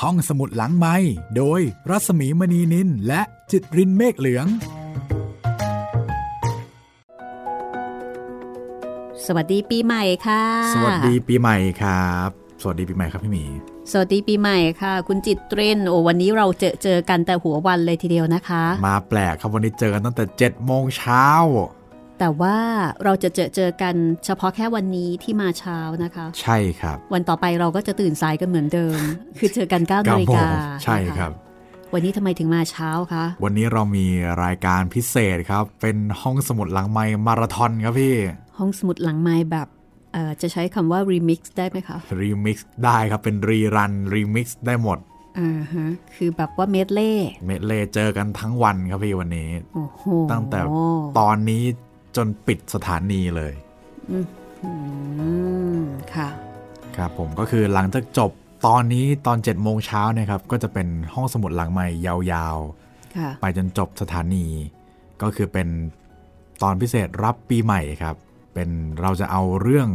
ห้องสมุดหลังไม้โดยรัสมีมณีนินและจิตรินเมฆเหลือง สวัสดีปีใหม่ค่ะ สวัสดีปีใหม่ครับ สวัสดีปีใหม่ครับพี่หมี สวัสดีปีใหม่ค่ะ คุณจิตเตรนโอ้วันนี้เราเจอเจอกันแต่หัววันเลยทีเดียวนะคะ มาแปลกครับวันนี้เจอกันตั้งแต่7จ็ดโมงเช้า แต่ว่าเราจะเจอเจอกันเฉพาะแค่วันนี้ที่มาเช้านะคะ ใช่ครับ วันต่อไปเราก็จะตื่นสายกันเหมือนเดิ ม คือเจอกัน9ก้า เก้า นาฬิ โมง กา ใช่ นะะ ครับ วันนี้ทำไมถึงมาเช้าคะ วันนี้เรามีรายการพิเศษครับ เป็นห้องสมุดหลังไม้มาราธอนครับพี่ ห้องสมุดหลังไม้แบบเอ่อจะใช้คำว่ารีมิกซ์ได้ไหมคะ รีมิกซ์ได้ครับเป็นรีรันรีมิกซ์ได้หมด อ่าฮะคือแบบว่าเมดเล่ เมดเลย์เจอกันทั้งวันครับพี่วันนี้ โอ้โห ตั้งแต่ตอนนี้จนปิดสถานีเลย อืมค่ะ ครับผมก็คือหลังจากจบตอนนี้ตอน7จ็ดโมงเช้าเนี่ยครับก็จะเป็นห้องสมุดหลังใหม่ยาว ค่ะ ๆ ไปจนจบสถานี ก็คือเป็นตอนพิเศษรับปีใหม่ครับ เป็นเราจะเอาเรื่อง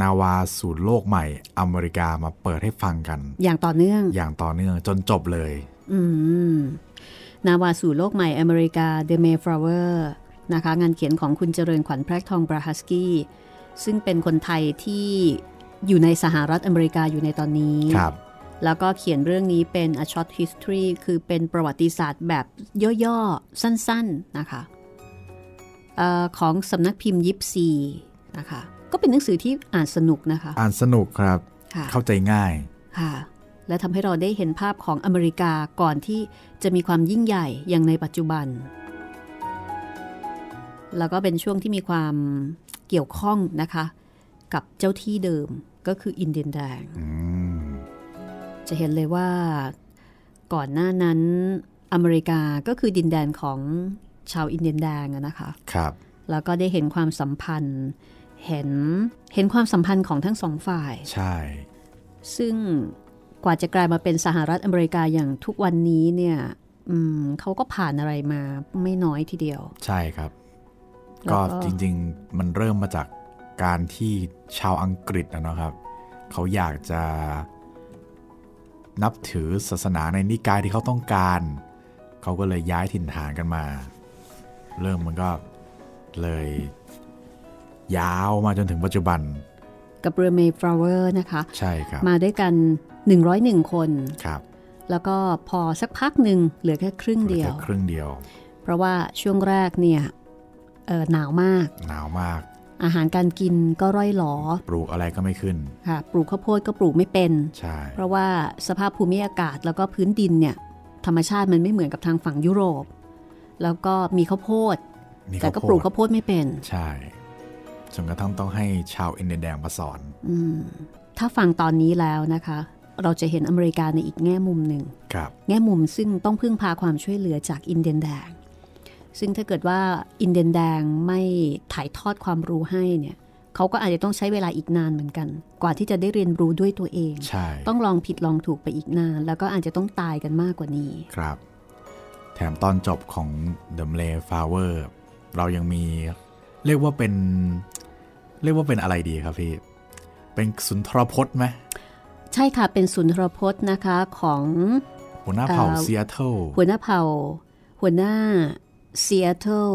นาวาสู่โลกใหม่อเมริกามาเปิดให้ฟังกัน อย่างต่อเนื่อง อย่างต่อเนื่องจนจบเลย อืม นาวาสู่โลกใหม่อเมริกา The Mayflower นะคะ งานเขียนของคุณเจริญขวัญแพรกทองบราฮัสกี้ ซึ่งเป็นคนไทยที่อยู่ในสหรัฐอเมริกาอยู่ในตอนนี้ ครับ แล้วก็เขียนเรื่องนี้เป็น A Short History คือเป็นประวัติศาสตร์แบบย่อ ๆ สั้น ๆ นะคะเออของสำนักพิมพ์ยิปซีนะคะ ก็เป็นหนังสือที่อ่านสนุกนะคะ อ่านสนุกครับ ค่ะ เข้าใจง่าย ค่ะ และทำให้เราได้เห็นภาพของอเมริกาก่อนที่จะมีความยิ่งใหญ่อย่างในปัจจุบัน แล้วก็เป็นช่วงที่มีความเกี่ยวข้องนะคะ กับเจ้าที่เดิมก็คืออินเดียนแดง อืม จะเห็นเลยว่าก่อนหน้านั้นอเมริกาก็คือดินแดนของชาวอินเดียนแดงอะนะคะ ครับ แล้วก็ได้เห็นความสัมพันธ์ เห็นเห็นความสัมพันธ์ของทั้งสองฝ่าย ใช่ ซึ่งกว่าจะกลายมาเป็นสหรัฐอเมริกาอย่างทุกวันนี้เนี่ยอืมเขาก็ผ่านอะไรมาไม่น้อยทีเดียว ใช่ครับ แล้ว ก็ ก็ จริงๆ มันเริ่มมาจากการที่ชาวอังกฤษนะเนาะครับ เขาอยากจะนับถือศาสนาในนิกายที่เขาต้องการ เขาก็เลยย้ายถิ่นฐานกันมา เริ่มมันก็เลย ยาวมาจนถึงปัจจุบัน กับเรือเมย์ฟลาเวอร์นะคะ ใช่ครับ มาด้วยกัน 101 คน ครับ แล้วก็พอสักพักหนึ่งเหลือแค่ครึ่งเดียว แค่ครึ่งเดียว เพราะว่าช่วงแรกเนี่ยเอ่อหนาวมาก หนาวมาก อาหารการกินก็ร่อยหรอ ปลูกอะไรก็ไม่ขึ้น ค่ะปลูกข้าวโพดก็ปลูกไม่เป็น ใช่ เพราะว่าสภาพภูมิอากาศแล้วก็พื้นดินเนี่ยธรรมชาติมันไม่เหมือนกับทางฝั่งยุโรป แล้วก็มีข้าวโพด มี แต่ ข้าว ก็ โพ ปลูก ด ข้าวโพดไม่เป็น ใช่จนกระทั่งต้องให้ชาวอินเดียแดงมาสอน อืม ถ้าฟังตอนนี้แล้วนะคะ เราจะเห็นอเมริกาในอีกแง่มุมหนึ่ง ครับ แง่มุมซึ่งต้องพึ่งพาความช่วยเหลือจากอินเดียนแดง ซึ่งถ้าเกิดว่าอินเดียนแดงไม่ถ่ายทอดความรู้ให้เนี่ย เขาก็อาจจะต้องใช้เวลาอีกนานเหมือนกัน กว่าที่จะได้เรียนรู้ด้วยตัวเอง ใช่ ต้องลองผิดลองถูกไปอีกนาน แล้วก็อาจจะต้องตายกันมากกว่านี้ ครับ แถมตอนจบของ The m a y Flower เรายังมี เรียกว่าเป็น เรียกว่าเป็นอะไรดีครับพี่ เป็นสุนทรพจน์ไหม ใช่ค่ะ เป็นสุนทรพจน์นะคะของ หัวหน้าเผ่า เอ่อ เซียเทิล หัวหน้าเผ่า หัวหน้าเซียเทิล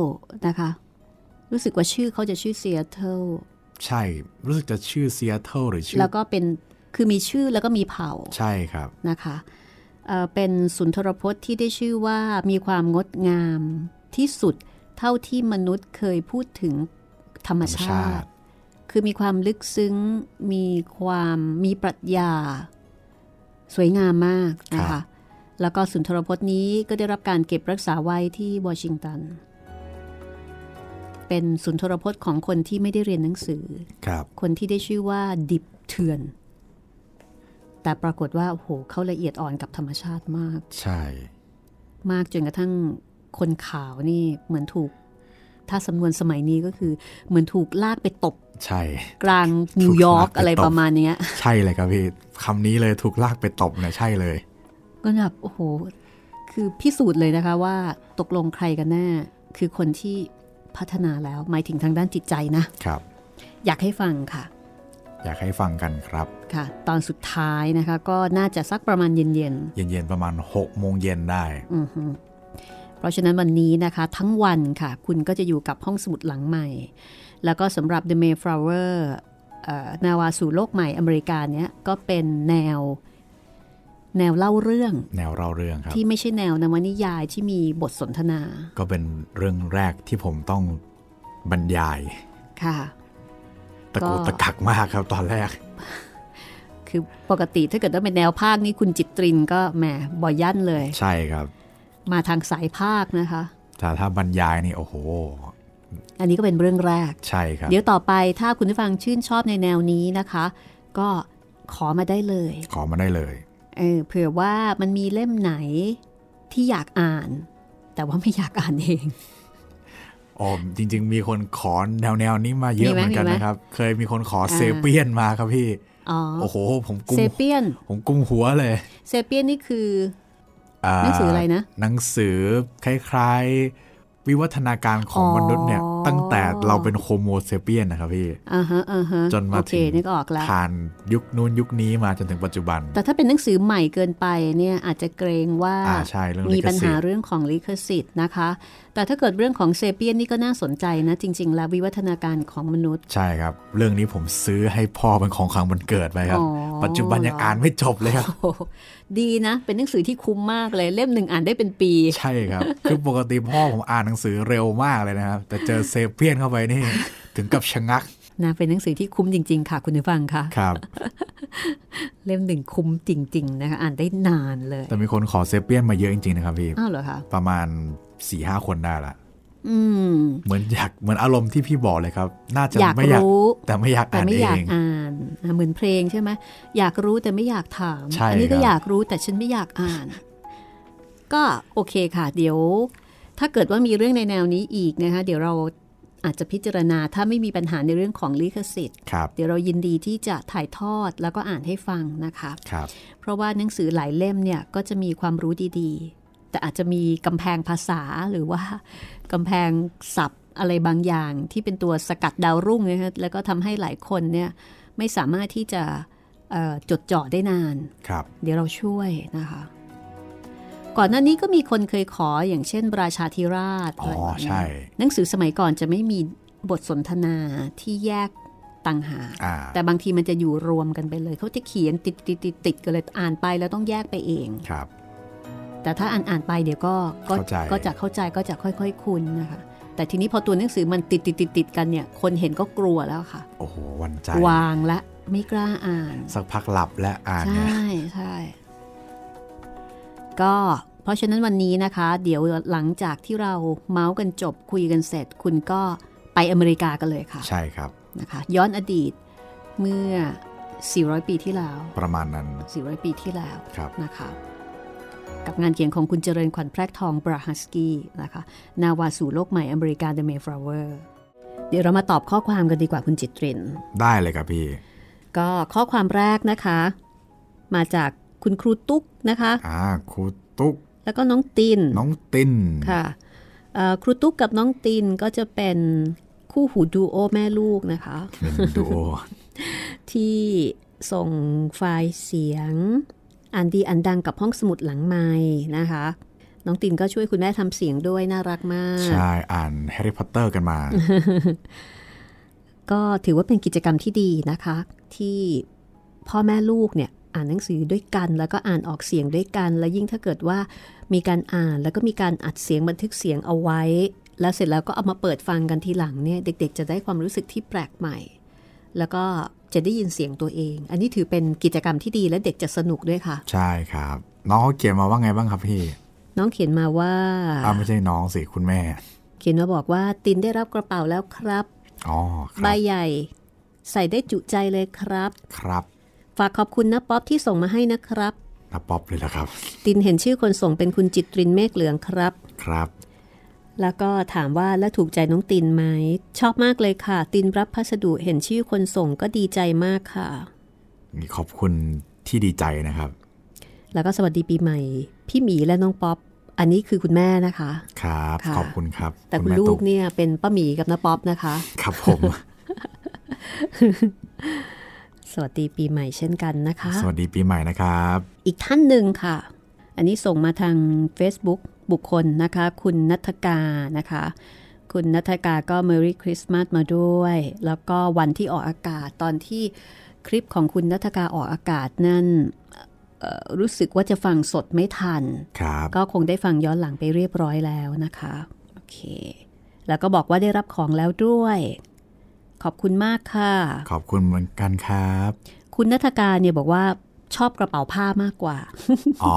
นะคะ รู้สึกว่าชื่อเขาจะชื่อเซียเทิล ใช่ รู้สึกจะชื่อเซียเทิลหรือชื่อ แล้วก็เป็นคือมีชื่อแล้วก็มีเผ่า ใช่ครับ นะคะเอ่อเป็นสุนทรพจน์ที่ได้ชื่อว่ามีความงดงามที่สุดเท่าที่มนุษย์เคยพูดถึงธรรมธชารรมชาติ ติ คือมีความลึกซึ้ง มีความมีปรัชญา สวยงามมากนะคะ แล้วก็สุนทรพจน์นี้ก็ได้รับการเก็บรักษาไว้ที่วอชิงตัน เป็นสุนทรพจน์ของคนที่ไม่ได้เรียนหนังสือ ครับ คนที่ได้ชื่อว่าดิบเถื่อน แต่ปรากฏว่าโอ้โหเขาละเอียดอ่อนกับธรรมชาติมาก ใช่ มากจนกระทั่งคนขาวนี่เหมือนถูก ถ้าสำนวนสมัยนี้ก็คือ เหมือนถูกลากไปตบ ใช่ กลางนิวยอร์ก ถูกลากไปตบ อะไรประมาณเนี้ย ใช่เลยครับพี่คำนี้เลยถูกลากไปตบเนี่ยใช่เลย ก็แบบโอ้โห คือพิสูจน์เลยนะคะว่าตกลงใครกันแน่ คือคนที่พัฒนาแล้วหมายถึงทางด้านจิตใจนะ ครับ อยากให้ฟังค่ะ อยากให้ฟังกันครับ ค่ะ ตอนสุดท้ายนะคะ ก็น่าจะสักประมาณเย็นๆ เย็นๆประมาณ6โมงเย็นได้ อือฮึเพราะฉะนั้นวันนี้นะคะ ทั้งวันค่ะ คุณก็จะอยู่กับห้องสมุดหลังใหม่ แล้วก็สำหรับ The Mayflower เอ่อนาวาสู่โลกใหม่อเมริกาเนี้ยก็เป็นแนว แนวเล่าเรื่อง แนวเล่าเรื่องครับ ที่ไม่ใช่แนวนวนิยายที่มีบทสนทนา ก็เป็นเรื่องแรกที่ผมต้องบรรยาย ค่ะ ตะกุก ก็ ตะกักมากครับตอนแรก คือปกติถ้าเกิดว่าเป็นแนวภาคนี่คุณจิตรินก็แหมบ่อยยั่นเลย ใช่ครับ มาทางสายภาคนะคะ แต่ถ้าบรรยายนี่โอ้โห อันนี้ก็เป็นเรื่องแรก ใช่ครับ เดี๋ยวต่อไปถ้าคุณผู้ฟังชื่นชอบในแนวนี้นะคะ ก็ขอมาได้เลย ขอมาได้เลย เออเผื่อว่ามันมีเล่มไหนที่อยากอ่าน แต่ว่าไม่อยากอ่านเอง อ๋อจริง ๆ มีคนขอแนวแนวๆนี้มาเยอะ มีไหม เหมือนกัน มีไหม นะครับ เคยมีคนขออา เซเปียนมาครับพี่ อ๋อ โอ้โห ผมกุม เซเปียน ผมกุมหัวเลย เซเปียนนี่คือ า หนังสืออะไรนะ หนังสือคล้ายๆ วิวัฒนาการของ อ๋อ มนุษย์เนี่ย ตั้งแต่เราเป็นโฮโมเซเปียนนะครับพี่ อ่าฮะอ่าฮะ จนมา โอเค ถึง นึกออกแล้ว ผ่านยุคนู้นยุคนี้มาจนถึงปัจจุบัน แต่ถ้าเป็นหนังสือใหม่เกินไปเนี่ยอาจจะเกรงว่า อ่าใช่เรื่อง มี ลิข ปัญ สิ หา ทธิ์ เรื่องของลิขสิทธิ์นะคะ แต่ถ้าเกิดเรื่องของเซเปียนนี่ก็น่าสนใจนะ จริง ๆ แล้ววิวัฒนาการของมนุษย์ ใช่ครับ เรื่องนี้ผมซื้อให้พ่อเป็นของขวัญวันเกิดไปครับ อ๋อ ปัจจุบันยัง เหรออ่ อ่านไม่จบเลยครับ โอ้โหดีนะ เป็นหนังสือที่คุ้มมากเลย เล่มหนึ่งอ่านได้เป็นปี ใช่ครับ คือปกติพ่อผมอ่านหนังสือเร็วมากเลยนะครับ แต่เจอเซเปียนเข้าไปนี่ ถึงกับชะงัก นะเป็นหนังสือที่คุ้มจริง ๆ ค่ะคุณผู้ฟังค่ะ ครับ เล่มหนึ่งคุ้มจริง ๆ นะคะ อ่านได้นานเลย แต่มีคนขอเซเปียนมาเยอะจริง ๆ นะครับพี่ อ้าวเหรอคะ ประมาณ4ี่ห้าคนได้ละ อืม เหมือนอยากเหมือนอารมณ์ที่พี่บอกเลยครับ น่าจะ อยาก ไม่อยาก รู้ แต่ไม่อยาก แต่ อ่าน ไม่ เอ อยาก ง อ่านอ่ะเหมือนเพลงใช่ไหมอยากรู้แต่ไม่อยากถาม ใช่ อันี้คก็รับ อยากรู้แต่ฉันไม่อยากอ่าน ก็โอเคค่ะ เดี๋ยว ถ้าเกิดว่ามีเรื่องในแนวนี้อีกนะคะ เดี๋ยวเราอาจจะพิจารณาถ้าไม่มีปัญหาในเรื่องของลิขสิทธิ์ ครับ เดี๋ยวเรายินดีที่จะถ่ายทอดแล้วก็อ่านให้ฟังนะคะ ครับ เพราะว่าหนังสือหลายเล่มเนี่ยก็จะมีความรู้ดีๆ แต่อาจจะมีกำแพงภาษาหรือว่ากำแพงศัพท์อะไรบางอย่างที่เป็นตัวสกัดดาวรุ่งนะฮะแล้วก็ทำให้หลายคนเนี่ยไม่สามารถที่จะเอ่อจดจ่อได้นาน ครับ เดี๋ยวเราช่วยนะคะ ก่อนหน้านี้ก็มีคนเคยขออย่างเช่น ราชาธิราช อ๋อ แบบนี้ ใช่ หนังสือสมัยก่อนจะไม่มีบทสนทนาที่แยกต่างหาก อ่า แต่บางทีมันจะอยู่รวมกันไปเลย เขาจะเขียนติดติดติดติดกันเลยอ่านไปแล้วต้องแยกไปเอง ครับ แต่ถ้าอ่านอ่านไปเดี๋ยวก็ก็ เข้าใจ ก็จะเข้าใจก็จะค่อยๆคุ้นนะคะ แต่ทีนี้พอตัวหนังสือมันติดติดติดติดกันเนี่ย คนเห็นก็กลัวแล้วค่ะ โอ้โห วันใจ วางละไม่กล้าอ่าน สักพักหลับและอ่าน ใช เนี่ย่ ใช่ก็เพราะฉะนั้นวันนี้นะคะ เดี๋ยวหลังจากที่เราเมาส์กันจบคุยกันเสร็จ คุณก็ไปอเมริกากันเลยค่ะ ใช่ครับ นะคะย้อนอดีตเมื่อ 400 ปีที่แล้ว ประมาณนั้น 400 ปีที่แล้ว ครับ นะคะกับงานเขียนของคุณเจริญขวัญแพรกทองบราฮัสกี้นะคะนาวาสู่โลกใหม่อเมริกา The Mayflower เดี๋ยวเรามาตอบข้อความกันดีกว่าคุณจิตริน ได้เลยครับพี่ ก็ข้อความแรกนะคะ มาจากคุณครูตุ๊กนะคะ อ่า ครูตุ๊ก แล้วก็น้องติน น้องติน ค่ะเอ่อครูตุ๊กกับน้องตินก็จะเป็นคู่หูดูโอแม่ลูกนะคะ เป็นดู โอ ที่ส่งไฟล์เสียง อันดีอันดังกับห้องสมุดหลังไม้นะคะ น้องตินก็ช่วยคุณแม่ทำเสียงด้วยน่ารักมาก ใช่ อ่านแฮร์รี่พอตเตอร์กันมา ก็ถือว่าเป็นกิจกรรมที่ดีนะคะ ที่พ่อแม่ลูกเนี่ยอ่านหนังสือด้วยกัน แล้วก็อ่านออกเสียงด้วยกัน และยิ่งถ้าเกิดว่ามีการอ่านแล้วก็มีการอัดเสียงบันทึกเสียงเอาไว้ แล้วเสร็จแล้วก็เอามาเปิดฟังกันทีหลังเนี่ยเด็ก ๆ จะได้ความรู้สึกที่แปลกใหม่ แล้วก็จะได้ยินเสียงตัวเอง อันนี้ถือเป็นกิจกรรมที่ดีและเด็กจะสนุกด้วยค่ะ ใช่ครับ น้องเขาเขียนมาว่าไงบ้างครับพี่ น้องเขียนมาว่า อ้าวไม่ใช่น้องสิคุณแม่ เขียนมาบอกว่าตินได้รับกระเป๋าแล้วครับ อ๋อครับ ใบใหญ่ ใส่ได้จุใจเลยครับ ครับ ฝากขอบคุณนะป๊อปที่ส่งมาให้นะครับ นับป๊อปเลยละครับ ตินเห็นชื่อคนส่งเป็นคุณจิตรินเมฆเหลืองครับ ครับ แล้วก็ถามว่าแล้วถูกใจน้องตินไหม ชอบมากเลยค่ะ ตินรับพัสดุเห็นชื่อคนส่งก็ดีใจมากค่ะ มีขอบคุณที่ดีใจนะครับ แล้วก็สวัสดีปีใหม่ พี่หมีและน้องป๊อป อันนี้คือคุณแม่นะคะ ครับ ค่ะ ขอบคุณครับ แต่คุณ แม่ ลู ตุ๊ ก เนี่ยเป็นป้าหมีกับน้าป๊อปนะคะ ครับผม ก วัสดีปีใหม่เช่นกันนะคะ สวัสดีปีใหม่นะครับ อีกท่านหนึ่งค่ะ อันนี้ส่งมาทาง Facebook บุคคลนะคะ คุณนัทกานะคะ คุณนัทกาก็ Merry Christmas มาด้วย แล้วก็วันที่ออกอากาศตอนที่คลิปของคุณนัทกาออกอากาศนั่นเอ่อรู้สึกว่าจะฟังสดไม่ทัน ครับ ก็คงได้ฟังย้อนหลังไปเรียบร้อยแล้วนะคะโอเค แล้วก็บอกว่าได้รับของแล้วด้วย ขอบคุณมากค่ะ ขอบคุณเหมือนกันครับ คุณนัทการเนี่ยบอกว่าชอบกระเป๋าผ้ามากกว่า อ๋อ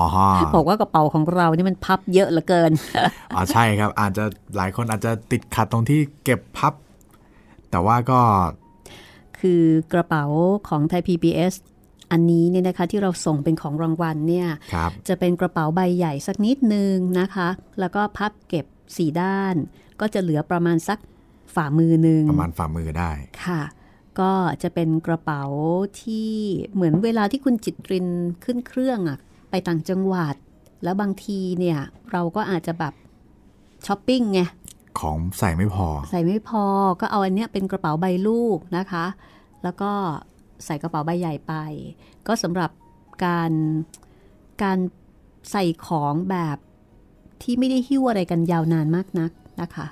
บอกว่ากระเป๋าของเรานี่มันพับเยอะเหลือเกิน อ๋อใช่ครับ อาจจะหลายคนอาจจะติดขัดตรงที่เก็บพับ แต่ว่าก็ คือกระเป๋าของไทย PBS อันนี้เนี่ยนะคะที่เราส่งเป็นของรางวัลเนี่ย ครับ จะเป็นกระเป๋าใบใหญ่สักนิดนึงนะคะ แล้วก็พับเก็บสี่ด้าน ก็จะเหลือประมาณสักฝ่ามือหนึ่ง ประมาณฝ่ามือได้ ค่ะ ก็จะเป็นกระเป๋าที่เหมือนเวลาที่คุณจิตรินขึ้นเครื่องอะไปต่างจังหวัด แล้วบางทีเนี่ยเราก็อาจจะแบบช้อปปิ้งไง ของใส่ไม่พอ ใส่ไม่พอก็เอาอันเนี้ยเป็นกระเป๋าใบลูกนะคะ แล้วก็ใส่กระเป๋าใบใหญ่ไป ก็สำหรับการการใส่ของแบบที่ไม่ได้หิ้วอะไรกันยาวนานมากนักนะคะ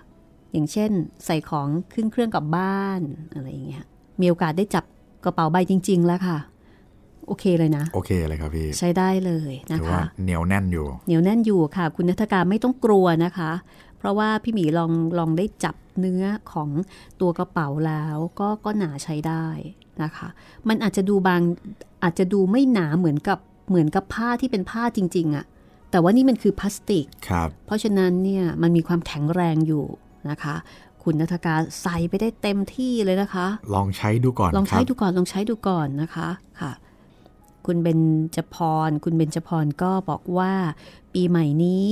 อย่างเช่นใส่ของขึ้นเครื่องกลับบ้านอะไรอย่างเงี้ย มีโอกาสได้จับกระเป๋าใบจริง ๆ แล้วค่ะ โอเคเลยนะ โอเคเลยครับพี่ ใช้ได้เลยนะ ถือว่า คะ เหนียวแน่นอยู่ เหนียวแน่นอยู่ค่ะ คุณนัฐการไม่ต้องกลัวนะคะ เพราะว่าพี่หมีลองลองได้จับเนื้อของตัวกระเป๋าแล้วก็ก็หนาใช้ได้นะคะ มันอาจจะดูบางอาจจะดูไม่หนาเหมือนกับเหมือนกับผ้าที่เป็นผ้าจริง ๆอะแต่ว่านี่มันคือพลาสติก ครับ เพราะฉะนั้นเนี่ยมันมีความแข็งแรงอยู่นะคะ คุณนัฐกาใส่ไปได้เต็มที่เลยนะคะ ลองใช้ดูก่อน ลอคงรั ใช้ บ ดูก่อนลองใช้ดูก่อนนะคะค่ะ คุณเบญจพร คุณเบญจพรก็บอกว่า ปีใหม่นี้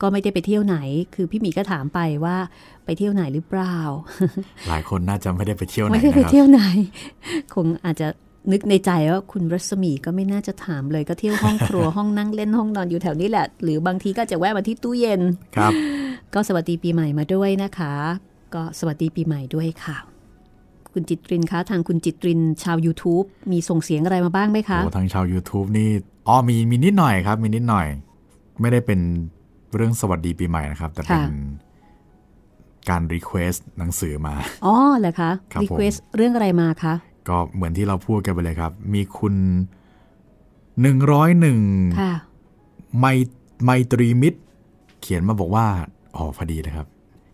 ก็ไม่ได้ไปเที่ยวไหน คือพี่หมีก็ถามไปว่าไปเที่ยวไหนหรือเปล่า หลายคนน่าจะไม่ได้ไปเที่ยวไหน ไม่ นะ ได้ไป ครับ เที่ยวไหน คงอาจจะนึกในใจว่าคุณรัศมีก็ไม่น่าจะถามเลยก็เที่ยวห้องครัว ห้องนั่งเล่นห้องนอนอยู่แถวนี้แหละ หรือบางทีก็อาจจะแวะมาที่ตู้เย็น ครับ ก็สวัสดีปีใหม่มาด้วยนะคะ ก็สวัสดีปีใหม่ด้วยค่ะ คุณจิตรินคะ ทางคุณจิตรินชาว YouTube มีส่งเสียงอะไรมาบ้างไหมคะ โอ้ทางชาว YouTube นี่ อ๋อมีมีนิดหน่อยครับ มีนิดหน่อย ไม่ได้เป็นเรื่องสวัสดีปีใหม่นะครับ แต่เป็น ค่ะ การรีเควสต์หนังสือมา อ๋อเหรอคะ ครับผม รีเควสเรื่องอะไรมาคะ ก็เหมือนที่เราพูดกันไปเลยครับ มีคุณหนึ่งร้อยหนึ่ง ค่ะ ไมไมตรีมิตร เขียนมาบอกว่า อ๋อพอดีเลยครับ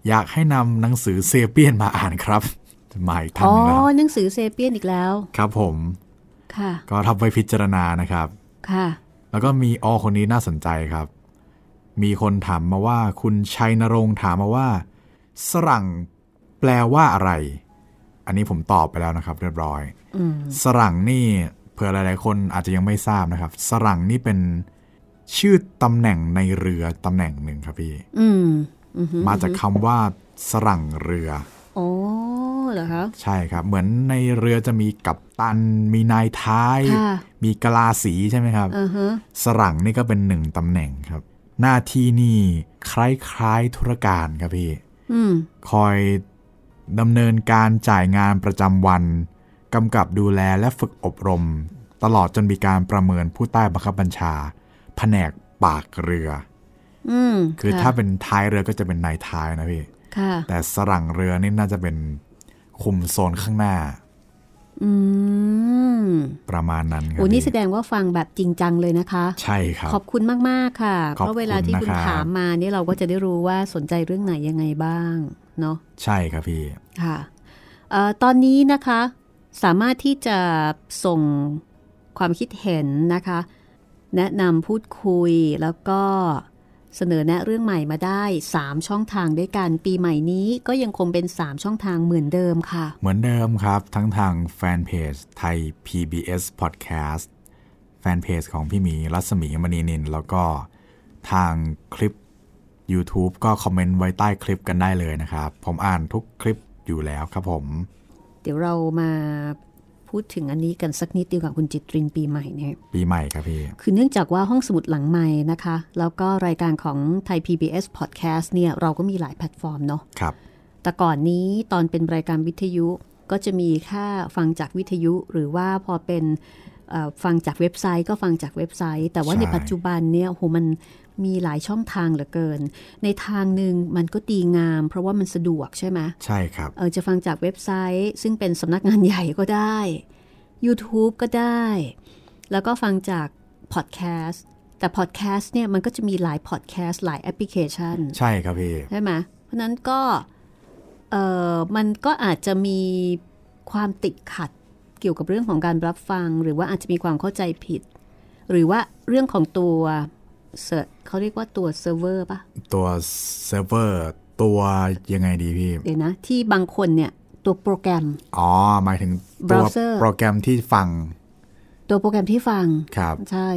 อยากให้นำหนังสือเซเปียนมาอ่านครับมาอีกท่าน อ๋อ หนึงแล้ว หนังสือเซเปียนอีกแล้ว ครับผม ค่ะ ก็รับไว้พิจารณานะครับ ค่ะ แล้วก็มีออคนนี้น่าสนใจครับ มีคนถามมาว่าคุณชัยนรงค์ถามมาว่า สรั่งแปลว่าอะไร อันนี้ผมตอบไปแล้วนะครับ เรียบร้อย อืม สรั่งนี่เผื่อหลาย ๆ คนอาจจะยังไม่ทราบนะครับ สรั่งนี่เป็นชื่อตำแหน่งในเรือตำแหน่งหนึ่งครับพี่ อืม อือหือ มาจากคำว่าสรั่งเรือ อ๋อเหรอคะ ใช่ครับ เหมือนในเรือจะมีกัปตัน มีนายท้าย ค่ะ มีกะลาสีใช่ไหมครับ อือฮะ สรั่งนี่ก็เป็นหนึ่งตำแหน่งครับ หน้าที่นี่คล้ายๆธุรการครับพี่ อืม คอยดำเนินการจ่ายงานประจำวันกำกับดูแลและฝึกอบรม ตลอดจนมีการประเมินผู้ใต้บังคับบัญชา แผนกปากเรือ อืม คือะ ถ้าเป็นท้ายเรือก็จะเป็นนายท้ายนะพี่ ค่ะ แต่สรั่งเรือนี่น่าจะเป็นคุมโซนข้างหน้า อืม ประมาณนั้นครับ โอ้นี่แส พี่ ดงว่าฟังแบบจริงจังเลยนะคะ ใช่ครับ ขอบคุณมาก ๆ ค่ะ ขอบ เพราะเวลาที่ คุณ คุณ นะครับ ถามมาเนี่ยเราก็จะได้รู้ว่าสนใจเรื่องไหนยังไงบ้าง เนาะ ใช่ครับพี่ ค่ะเอ่อตอนนี้นะคะสามารถที่จะส่งความคิดเห็นนะคะ แนะนำพูดคุยแล้วก็เสนอแนะเรื่องใหม่มาได้ 3 ช่องทางด้วยกันปีใหม่นี้ก็ยังคงเป็น 3 ช่องทางเหมือนเดิมค่ะ เหมือนเดิมครับ ทั้งทางแฟนเพจไทย PBS Podcast แฟนเพจของพี่หมีรัศมีมณีนิน แล้วก็ทางคลิป YouTube ก็คอมเมนต์ไว้ใต้คลิปกันได้เลยนะครับ ผมอ่านทุกคลิปอยู่แล้วครับผม เดี๋ยวเรามาพูดถึงอันนี้กันสักนิดเดียวกับคุณจิตรินปีใหม่เนี่ย ปีใหม่ครับพี่ คือเนื่องจากว่าห้องสมุดหลังใหม่นะคะ แล้วก็รายการของไทย PBS Podcast เนี่ยเราก็มีหลายแพลตฟอร์มเนาะ ครับ แต่ก่อนนี้ตอนเป็นรายการวิทยุ ก็จะมีค่าฟังจากวิทยุหรือว่าพอเป็นเอ่อฟังจากเว็บไซต์ก็ฟังจากเว็บไซต์ แต่ว่า ใช่ ในปัจจุบันเนี่ยโอ้โหมันมีหลายช่องทางเหลือเกิน ในทางหนึ่งมันก็ดีงาม เพราะว่ามันสะดวกใช่ไหม ใช่ครับ เออจะฟังจากเว็บไซต์ ซึ่งเป็นสำนักงานใหญ่ก็ได้ YouTube ก็ได้ แล้วก็ฟังจากพอดแคสต์แต่พอดแคสต์เนี่ยมันก็จะมีหลายพอดแคสต์หลายแอปพลิเคชัน ใช่ครับพี่ ใช่ไหมเพราะนั้นก็เออมันก็อาจจะมีความติดขัดเกี่ยวกับเรื่องของการรับฟัง หรือว่าอาจจะมีความเข้าใจผิด หรือว่าเรื่องของตัวเสิร์ชเขาเรียกว่าตัวเซิร์ฟเวอร์ปะ ตัวเซิร์ฟเวอร์ตัวยังไงดีพี่ เดี๋ยวนะ ที่บางคนเนี่ย ตัวโปรแกรม อ๋อ หมายถึงตัว Browser โปรแกรมที่ฟัง ตัวโปรแกรมที่ฟัง ครับ ใช่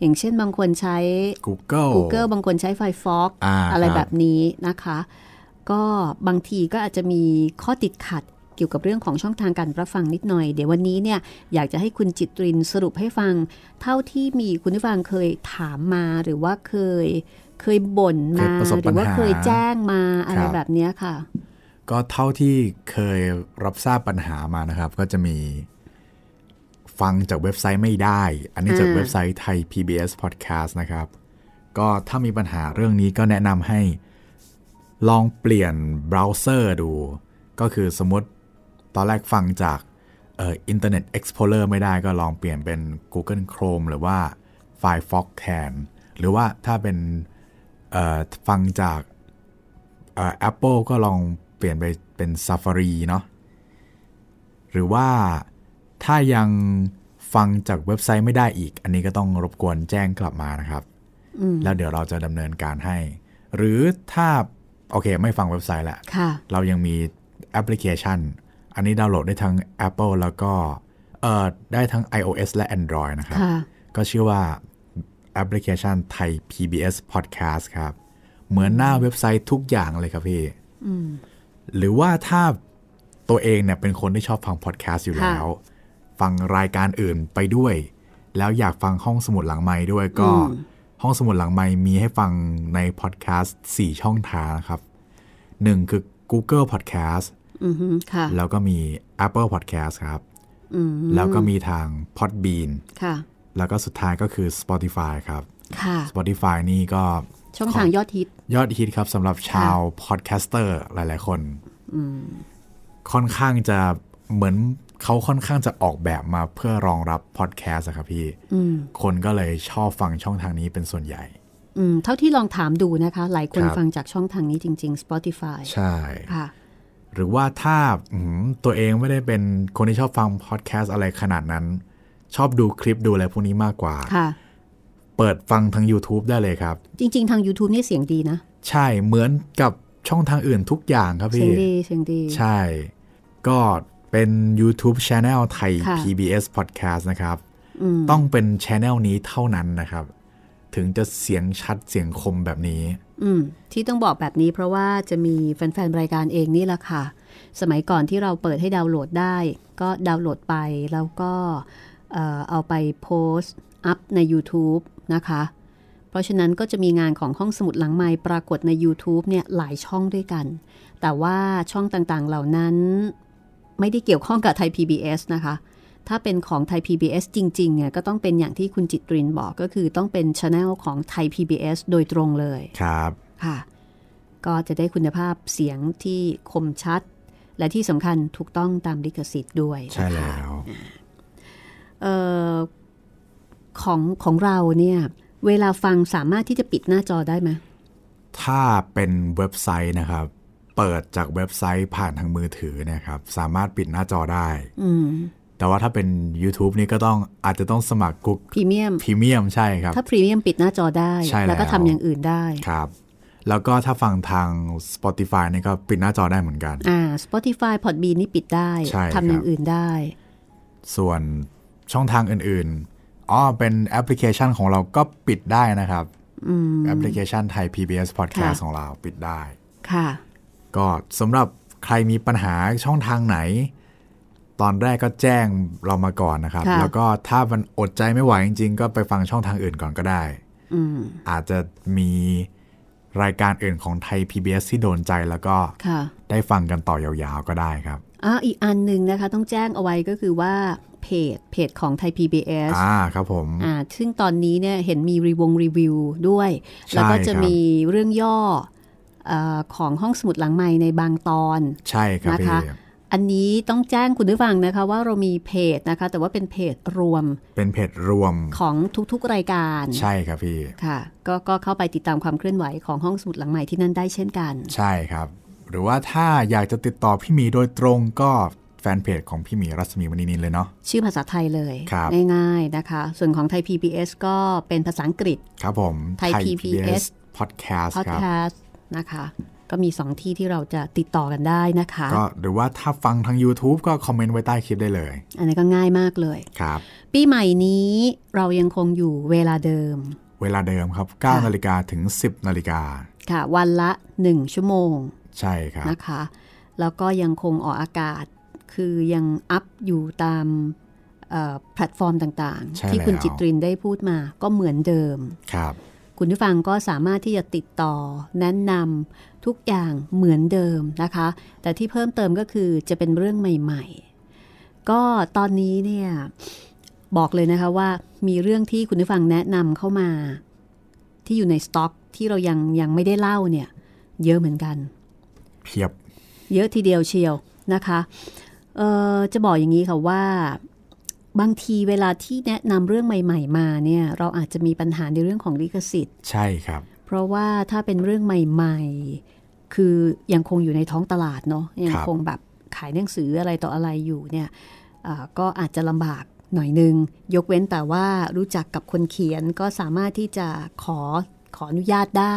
อย่างเช่นบางคนใช้ Google Google บางคนใช้ Firefox อ่า อะไร ครับ แบบนี้นะคะ ก็บางทีก็อาจจะมีข้อติดขัดเกี่ยวกับเรื่องของช่องทางการรับฟังนิดหน่อย เดี๋ยววันนี้เนี่ยอยากจะให้คุณจิตรินสรุปให้ฟัง เท่าที่มีคุณผู้ฟังเคยถามมาหรือว่าเคยเคยบ่นมา เคยประสบ หรือว่า ปัญหา เคยแจ้งมาอะไร ครับ แบบเนี้ยค่ะ ก็เท่าที่เคยรับทราบปัญหามานะครับ ก็จะมีฟังจากเว็บไซต์ไม่ได้ อันนี้จาก อ่า เว็บไซต์ไทย PBS Podcast นะครับ ก็ถ้ามีปัญหาเรื่องนี้ก็แนะนำให้ลองเปลี่ยนเบราว์เซอร์ดู ก็คือสมมติตอนแรกฟังจากเอ่อ Internet Explorer ไม่ได้ก็ลองเปลี่ยนเป็น Google Chrome หรือว่า Firefox แทน หรือว่าถ้าเป็นเอ่อฟังจาก เอ่อ Apple ก็ลองเปลี่ยนไปเป็น Safari เนาะหรือว่าถ้ายังฟังจากเว็บไซต์ไม่ได้อีก อันนี้ก็ต้องรบกวนแจ้งกลับมานะครับ แล้วเดี๋ยวเราจะดำเนินการให้ หรือถ้า โอเค ไม่ฟังเว็บไซต์ละ ค่ะ เรายังมีแอปพลิเคชัน อันนี้ดาวน์โหลดได้ทั้ง Apple แล้วก็เอ่อได้ทั้ง iOS และ Android นะครับ ค่ะ ก็ชื่อว่าแอปพลิเคชันไทย PBS Podcast ครับ เหมือนหน้าเว็บไซต์ทุกอย่างเลยครับพี่หรือว่าถ้าตัวเองเนี่ยเป็นคนที่ชอบฟังพอดแคสต์อยู่แล้ว ฟังรายการอื่นไปด้วย แล้วอยากฟังห้องสมุดหลังไม้ด้วยก็ ห้องสมุดหลังไม้มีให้ฟังในพอดแคสต์4ช่องทางนะครับหนึ่งคือ Google Podcast อือฮึค่ะ แล้วก็มี Apple Podcast ครับแล้วก็มีทาง Podbean ค่ะ แล้วก็สุดท้ายก็คือ Spotify ครับ ค่ะ Spotify นี่ก็ ช่องทางยอดฮิต ยอดฮิตครับสำหรับชาวพอดแคสเตอร์หลาย ๆ คนค่อนข้างจะเหมือนเขาค่อนข้างจะออกแบบมาเพื่อรองรับพอดแคสต์อะครับพี่คนก็เลยชอบฟังช่องทางนี้เป็นส่วนใหญ่ อืมเท่าที่ลองถามดูนะคะ หลายคน ครับ ฟังจากช่องทางนี้จริง ๆ Spotify ใช่ ค่ะ หรือว่าถ้าอืมตัวเองไม่ได้เป็นคนที่ชอบฟังพอดแคสต์อะไรขนาดนั้น ชอบดูคลิปดูอะไรพวกนี้มากกว่า ค่ะ เปิดฟังทาง YouTube ได้เลยครับ จริง ๆ ทาง YouTube นี่เสียงดีนะ ใช่เหมือนกับช่องทางอื่นทุกอย่างครับ เสีย พี่ งดี เสียงดี ใช่ ก็เป็น YouTube Channel ไทย ค่ะ PBS Podcast นะครับ ต้องเป็น Channel นี้เท่านั้นนะครับ ถึงจะเสียงชัดเสียงคมแบบนี้ อืมที่ต้องบอกแบบนี้เพราะว่าจะมีแฟน ๆ รายการเองนี่แหละค่ะ สมัยก่อนที่เราเปิดให้ดาวน์โหลดได้ ก็ดาวน์โหลดไปแล้วก็เอ่อเอาไปโพสต์ อัพใน YouTube นะคะ เพราะฉะนั้นก็จะมีงานของห้องสมุดหลังไม้ปรากฏใน YouTube เนี่ยหลายช่องด้วยกัน แต่ว่าช่องต่างๆเหล่านั้นไม่ได้เกี่ยวข้องกับไทย PBS นะคะ ถ้าเป็นของไทย PBS จริงๆเนี่ยก็ต้องเป็นอย่างที่คุณจิตรินบอกก็คือต้องเป็นช anel ของไทย PBS โดยตรงเลย ครับ ค่ะ ก็จะได้คุณภาพเสียงที่คมชัด และที่สำคัญถูกต้องตามลิขสิทธิ์ด้วย ใช่ นะคะ แล้ว เอ่อของของเราเนี่ย เวลาฟังสามารถที่จะปิดหน้าจอได้ไหม ถ้าเป็นเว็บไซต์นะครับ เปิดจากเว็บไซต์ผ่านทางมือถือเนะครับ สามารถปิดหน้าจอได้ อืม แต่ว่าถ้าเป็น YouTube นี่ก็ต้องอาจจะต้องสมัครกุ๊ก พรีเมียม พรีเมียมใช่ครับ ถ้าพรีเมียมปิดหน้าจอได้ ใช่แล้ว แล้วก็ทำอย่างอื่นได้ ครับ แล้วก็ถ้าฟังทาง Spotify นี่ก็ปิดหน้าจอได้เหมือนกัน อ่า Spotify Podbean นี่ปิดได้ ใช่ครับ ทำอย่างอื่นได้ ส่วนช่องทางอื่นๆ อ๋อ เป็นแอปพลิเคชันของเราก็ปิดได้นะครับ แอปพลิเคชันไทย PBS Podcast ค่ะ ของเราปิดได้ ค่ะ ก็สำหรับใครมีปัญหาช่องทางไหน ตอนแรกก็แจ้งเรามาก่อนนะครับ ค่ะ แล้วก็ถ้ามันอดใจไม่ไหวจริงๆ ก็ไปฟังช่องทางอื่นก่อนก็ได้ อืม อาจจะมีรายการอื่นของไทย PBS ที่โดนใจแล้วก็ ค่ะ ได้ฟังกันต่อยาวๆก็ได้ครับ อ่าอีกอันหนึ่งนะคะ ต้องแจ้งเอาไว้ก็คือว่าเพจเพจของไทย PBS อ่าครับผม อ่าซึ่งตอนนี้เนี่ยเห็นมีรีวงรีวิวด้วย ใช่ แล้วก็จะ ครับ มีเรื่องย่อเออของห้องสมุดหลังใหม่ในบางตอน ใช่ครับ นะ พี่ คะ อันนี้ต้องแจ้งคุณผู้ฟังนะคะ ว่าเรามีเพจนะคะ แต่ว่าเป็นเพจรวม เป็นเพจรวม ของทุกๆรายการ ใช่ครับพี่ ค่ะกก็เข้าไปติดตามความเคลื่อนไหวของห้องสมุดหลังใหม่ที่นั่นได้เช่นกัน ใช่ครับ หรือว่าถ้าอยากจะติดต่อพี่หมีโดยตรงก็แฟนเพจของพี่หมีรัศมีมณีนินเลยเนาะ ชื่อภาษาไทยเลย ครับ ง่ายๆนะคะ ส่วนของไทย PBS ก็เป็นภาษาอังกฤษ ครับผม ไทย PBS Podcast พอด ครับ แคสต์นะคะ ก็มีสองที่ที่เราจะติดต่อกันได้นะคะ ก็หรือว่าถ้าฟังทาง YouTube ก็คอมเมนต์ไว้ใต้คลิปได้เลย อันนี้ก็ง่ายมากเลย ครับ ปีใหม่นี้เรายังคงอยู่เวลาเดิม เวลาเดิมครับ ค่ะ 9นาฬิกาถึง 10นาฬิกา ค่ะ วันละ 1 ชั่วโมง ใช่ครับ นะคะ แล้วก็ยังคงออกอากาศ คือยังอัพอยู่ตามเอ่อแพลตฟอร์มต่าง ใช่ ๆ ที่คุณ แล้ว จิตรินได้พูดมาก็เหมือนเดิม ครับ คุณผู้ฟังก็สามารถที่จะติดต่อ แนะนำทุกอย่างเหมือนเดิมนะคะ แต่ที่เพิ่มเติมก็คือจะเป็นเรื่องใหม่ๆ ก็ตอนนี้เนี่ยบอกเลยนะคะว่ามีเรื่องที่คุณผู้ฟังแนะนำเข้ามา ที่อยู่ในสต็อกที่เรายังยังไม่ได้เล่าเนี่ยเยอะเหมือนกัน เพียบ เยอะทีเดียวเชียวนะคะเอ่อจะบอกอย่างนี้ค่ะว่า บางทีเวลาที่แนะนำเรื่องใหม่ ๆ มาเนี่ยเราอาจจะมีปัญหาในเรื่องของลิขสิทธิ ใช่ครับ เพราะว่าถ้าเป็นเรื่องใหม่ ๆ คือยังคงอยู่ในท้องตลาดเนาะยังคงแบบขายหนังสืออะไรต่ออะไรอยู่เนี่ยอ่าก็อาจจะลำบากหน่อยนึง ยกเว้นแต่ว่ารู้จักกับคนเขียนก็สามารถที่จะขอขออนุญาตได้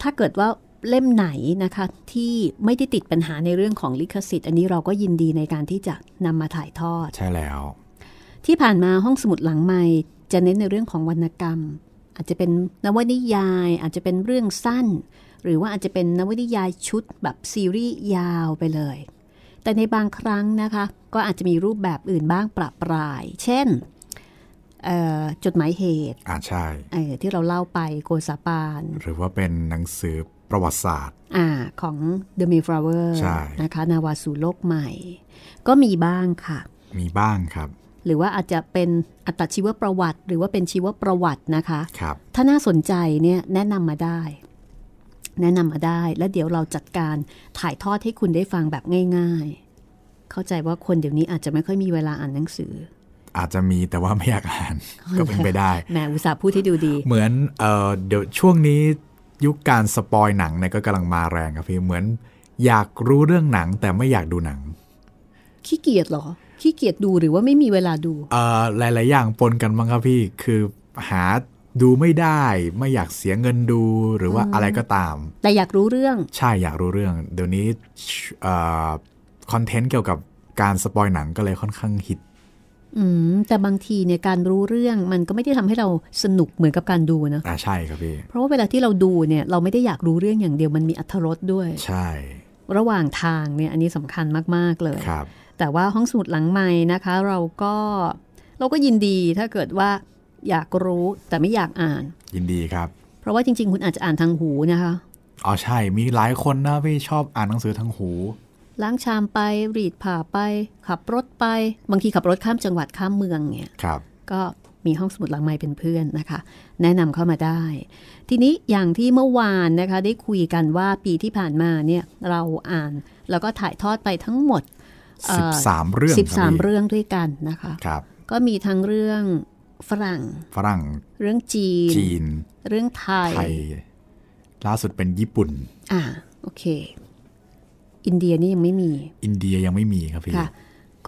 ถ้าเกิดว่าเล่มไหนนะคะที่ไม่ได้ติดปัญหาในเรื่องของลิขสิทธิ์ อันนี้เราก็ยินดีในการที่จะนำมาถ่ายทอด ใช่แล้ว ที่ผ่านมาห้องสมุดหลังใหม่จะเน้นในเรื่องของวรรณกรรม อาจจะเป็นนวนิยาย อาจจะเป็นเรื่องสั้น หรือว่าอาจจะเป็นนวนิยายชุดแบบซีรีส์ยาวไปเลย แต่ในบางครั้งนะคะ ก็อาจจะมีรูปแบบอื่นบ้างปรับปราย เช่นเอ่อจดหมายเหตุ อ่าใช่ เอ่อที่เราเล่าไปโกซาปาน หรือว่าเป็นหนังสือประวัติศาสตร์ อาของ The Mayflower ใช่ นะคะนาวาสู่โลกใหม่ ก็มีบ้างค่ะ มีบ้างครับ หรือว่าอาจจะเป็นอัตชีวประวัติ หรือว่าเป็นชีวประวัตินะคะ ครับ ถ้าน่าสนใจเนี่ยแนะนำมาได้ แนะนำมาได้ แล้วเดี๋ยวเราจัดการถ่ายทอดให้คุณได้ฟังแบบง่าย ๆ เข้าใจว่าคนเดี๋ยวนี้อาจจะไม่ค่อยมีเวลาอ่านหนังสือ อาจจะมีแต่ว่าไม่อยากอ่าน ก็เป็นไปได้ แหมอุตส่าห์พูดให้ดูดี เหมือนเออเดี๋ยวช่วงนี้ยุคการสปอยหนังเนี่ยก็กำลังมาแรงครับพี่เหมือน อยากรู้เรื่องหนังแต่ไม่อยากดูหนัง ขี้เกียจเหรอ ขี้เกียจดูหรือว่าไม่มีเวลาดู เอ่อหลาย ๆ อย่างปนกันบ้างครับพี่ คือหาดูไม่ได้ ไม่อยากเสียเงินดูหรือว่าอะไรก็ตาม แต่อยากรู้เรื่อง ใช่อยากรู้เรื่อง เดี๋ยวนี้เอ่อคอนเทนต์เกี่ยวกับการสปอยหนังก็เลยค่อนข้างฮิต อืมแต่บางทีเนี่ยการรู้เรื่องมันก็ไม่ได้ทำให้เราสนุกเหมือนกับการดูนะ อ่าใช่ครับพี่ เพราะว่าเวลาที่เราดูเนี่ยเราไม่ได้อยากรู้เรื่องอย่างเดียวมันมีอรรถรสด้วย ใช่ ระหว่างทางเนี่ยอันนี้สำคัญมาก ๆ เลย ครับ แต่ว่าห้องสมุดหลังใหม่นะคะ เราก็เราก็ยินดีถ้าเกิดว่าอยากรู้แต่ไม่อยากอ่าน ยินดีครับ เพราะว่าจริง ๆ คุณอาจจะอ่านทางหูนะคะ อ๋อใช่มีหลายคนนะพี่ชอบอ่านหนังสือทางหู ล้างชามไปรีดผ่าไป ขับรถไป บางทีขับรถข้ามจังหวัดข้ามเมืองเนี่ย ครับ ก็มีห้องสมุดหลังไม้เป็นเพื่อนนะคะ แนะนำเข้ามาได้ ทีนี้อย่างที่เมื่อวานนะคะ ได้คุยกันว่าปีที่ผ่านมาเนี่ยเราอ่านแล้วก็ถ่ายทอดไปทั้งหมดเอ่อ 13 เรื่องคบพี่ 13 เรื่องด้วยกันนะคะ ครับ ก็มีทั้งเรื่องฝรั่ง ฝรั่ง เรื่องจีน จีน เรื่องไทย ไทย ล่าสุดเป็นญี่ปุ่น อ่าโอเค อินเดียนี่ยังไม่มี อินเดียยังไม่มีครับพี่ ค่ะ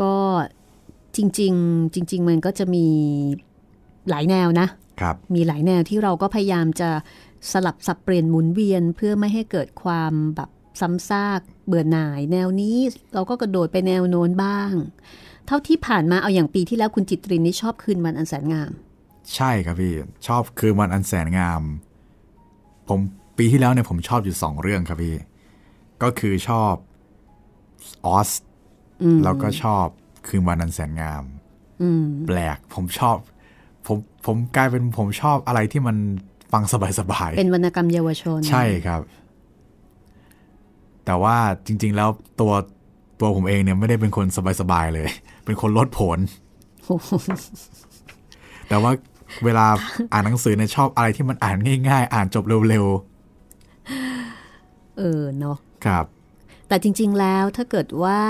ก็จริง ๆ จริง ๆ มันก็จะมีหลายแนวนะ ครับ มีหลายแนวที่เราก็พยายามจะสลับสับเปลี่ยนหมุนเวียนเพื่อไม่ให้เกิดความแบบซ้ำซากเบื่อหน่าย แนวนี้เราก็กระโดดไปแนวโน้นบ้าง เท่าที่ผ่านมาเอาอย่างปีที่แล้วคุณจิตรินนี่ชอบคืนวันอันแสนงาม ใช่ครับพี่ ชอบคือมันอันแสนงาม ผมปีที่แล้วเนี่ยผมชอบอยู่สองเรื่องครับพี่ ก็คือชอบออสแล้วก็ชอบคือมันอันแสนงามแปลกผมชอบผมผมกลายเป็นผมชอบอะไรที่มันฟังสบาย เป็นวรรณกรรมเยาวชน ๆใช่ครับ แต่ว่าจริง ๆ แล้วตัว ตัวผมเองเนี่ยไม่ได้เป็นคนสบายๆเลย เป็นคนลดผล โอ้โห แต่ว่าเวลาอ่านหนังสือเนี่ยชอบอะไรที่มันอ่านง่ายๆ อ่านจบเร็ว เออเนาะ ๆ ครับ แต่จริง ๆ แล้วถ้าเกิดว่า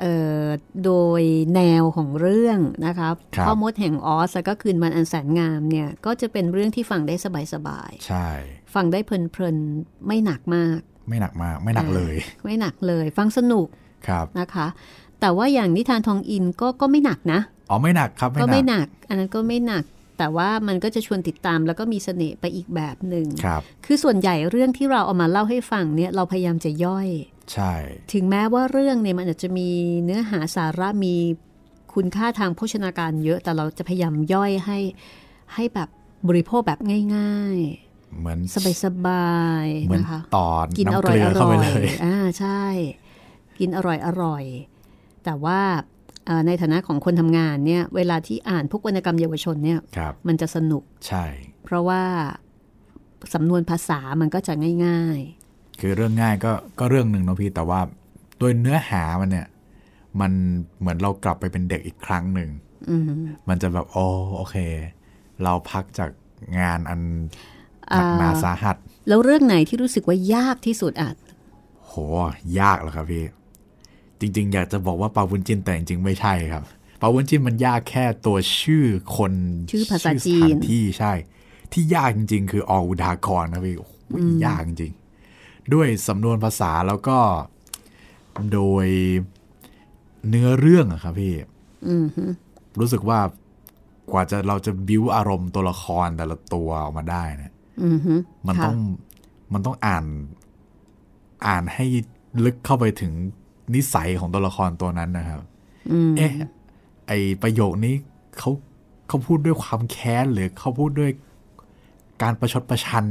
เอ่อโดยแนวของเรื่องนะคะ ครับ พ่อมดแห่งออสแล้วก็คืนวันอันแสนงามเนี่ย ก็จะเป็นเรื่องที่ฟังได้สบาย ใช่ ๆฟังได้เพลินๆ ไม่หนักมาก ไม่หนักมาก ไม่หนักเลย ไม่หนักเลย ฟังสนุก ครับ นะคะ แต่ว่าอย่างนิทานทองอินก็ก็ไม่หนักนะ อ๋อ ไม่หนักครับ ไม่ ก็ หนั ไม่ ก หนัก อันนั้นก็ไม่หนัก แต่ว่ามันก็จะชวนติดตามแล้วก็มีเสน่ห์ไปอีกแบบหนึ่ง ครับ คือส่วนใหญ่เรื่องที่เราเอามาเล่าให้ฟังเนี่ยเราพยายามจะย่อย ใช่ ถึงแม้ว่าเรื่องเนี่ยมันอาจจะมีเนื้อหาสาระมีคุณค่าทางโภชนาการเยอะ แต่เราจะพยายามย่อยให้ให้แบบบริโภคแบบง่าย เหมือน ๆ สบาย เหมื ๆ อน นะคะ ตอน กินอ น้ำ ร่ เก อย ลือ อ เข้า ร่ ไป อย เลย อ่าใช่ กินอร่อยอร่อยๆแต่ว่าเอ่อในฐานะของคนทำงานเนี่ยเวลาที่อ่านพวกวรรณกรรมเยาวชนเนี่ย ครับ มันจะสนุก ใช่ เพราะว่าสำนวนภาษามันก็จะง่าย ๆ คือเรื่องง่ายก็ก็เรื่องหนึ่งเนาะพี่ แต่ว่าด้วยเนื้อหามันเนี่ย มันเหมือนเรากลับไปเป็นเด็กอีกครั้งหนึ่ง อืม มันจะแบบโอ้โอเค เราพักจากงานอันหนักหนาสาหัส แล้วเรื่องไหนที่รู้สึกว่ายากที่สุดอ่ะ โห ยากเหรอครับพี่ จริง ๆ อยากจะบอกว่าปาวุ้นจิ้นแต่จริงๆไม่ใช่ครับปาวุ้นจิ้นมันยากแค่ตัวชื่อคน ชื่อภาษาจีน ชื่อสถานที่ใช่ ที่ยากจริง ๆ คือออุดากรนะพี่โอ้โหยากจริงๆด้วยสำนวนภาษาแล้วก็ โดยเนื้อเรื่องอะครับพี่ อืมฮึ รู้สึกว่ากว่าจะเราจะบิวอารมณ์ตัวละครแต่ละตัวออกมาได้เนะ อือฮึ มัน ค่ะ ต้องมันต้องอ่าน อ่านให้ลึกเข้าไปถึงนิสัยของตัวละครตัวนั้นนะครับ อืม เอ๊ะ ไอประโยคนี้เขาเขาพูดด้วยความแค้นหรือเขาพูดด้วยการประชดประชัน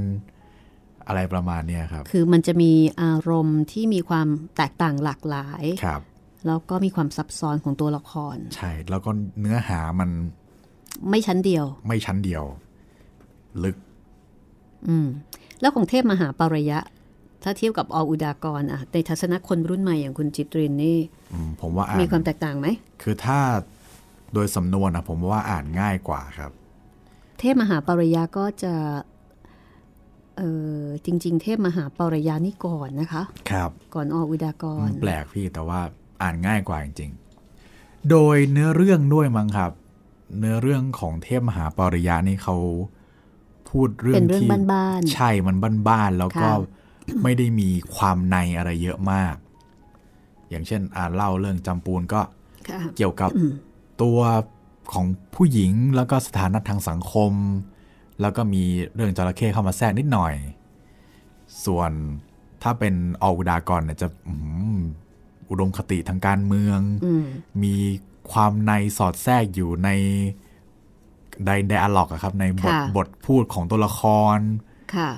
อะไรประมาณเนี้ยครับ คือมันจะมีอารมณ์ที่มีความแตกต่างหลากหลาย ครับ แล้วก็มีความซับซ้อนของตัวละคร ใช่แล้วก็เนื้อหามัน ไม่ชั้นเดียว ไม่ชั้นเดียว ลึก อืม แล้วของเทพมหาปารยะ ถ้าเทียบกับออุดากรอ่ะในทัศนะคนรุ่นใหม่อย่างคุณจิตรินนี่ อืมผมว่าอ่าน มีความแตกต่างไหม คือถ้าโดยสำนวนนะผมว่าอ่านง่ายกว่าครับ เทพมหาปารยะก็จะเออจริง ๆ เทพมหาปารยะนี่ก่อนนะคะ ครับ ก่อนออุดากร มันแปลกพี่แต่ว่าอ่านง่ายกว่าจริงๆ โดยเนื้อเรื่องด้วยมั้งครับ เนื้อเรื่องของเทพมหาปริยานี่เขาพูดเรื่อง เป็นเรื่อง ที่ บ้านๆ ใช่มันบ้านๆแล้วก็ ค่ะ ไม่ได้มีความในอะไรเยอะมาก อย่างเช่นอ่าเล่าเรื่องจำปูนก็ ค่ะ เกี่ยวกับตัวของผู้หญิงแล้วก็สถานะทางสังคม แล้วก็มีเรื่องจระเข้เข้ามาแทรกนิดหน่อย ส่วนถ้าเป็นออกอุดากรเนี่ยจะอื้อหืออุดมคติทางการเมือง อืม มีความในสอดแทรกอยู่ในไดอะล็อกอะครับในบท ค่ะ บทพูดของตัวละคร ค่ะ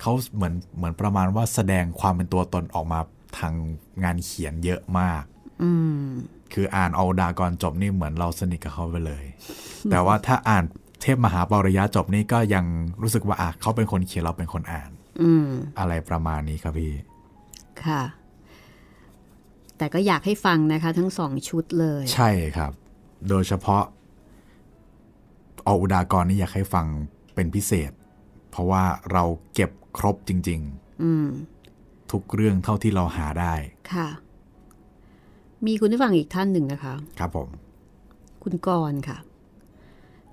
เขาเหมือนเหมือนประมาณว่าแสดงความเป็นตัวตนออกมาทางงานเขียนเยอะมาก อืม คืออ่านเอาดากรจบนี่เหมือนเราสนิทกับเขาไปเลย แต่ว่าถ้าอ่านเทพมหาปริยะจบนี่ก็ยังรู้สึกว่าอ่ะเขาเป็นคนเขียนเราเป็นคนอ่าน อืม อะไรประมาณนี้ครับพี่ ค่ะ แต่ก็อยากให้ฟังนะคะ ทั้งสองชุดเลย ใช่ครับ โดยเฉพาะเอาอุดากรนี่อยากให้ฟังเป็นพิเศษ เพราะว่าเราเก็บครบจริง อืม ๆ ทุกเรื่องเท่าที่เราหาได้ ค่ะ มีคุณผู้ฟังอีกท่านหนึ่งนะคะ ครับผม คุณกรณ์ค่ะ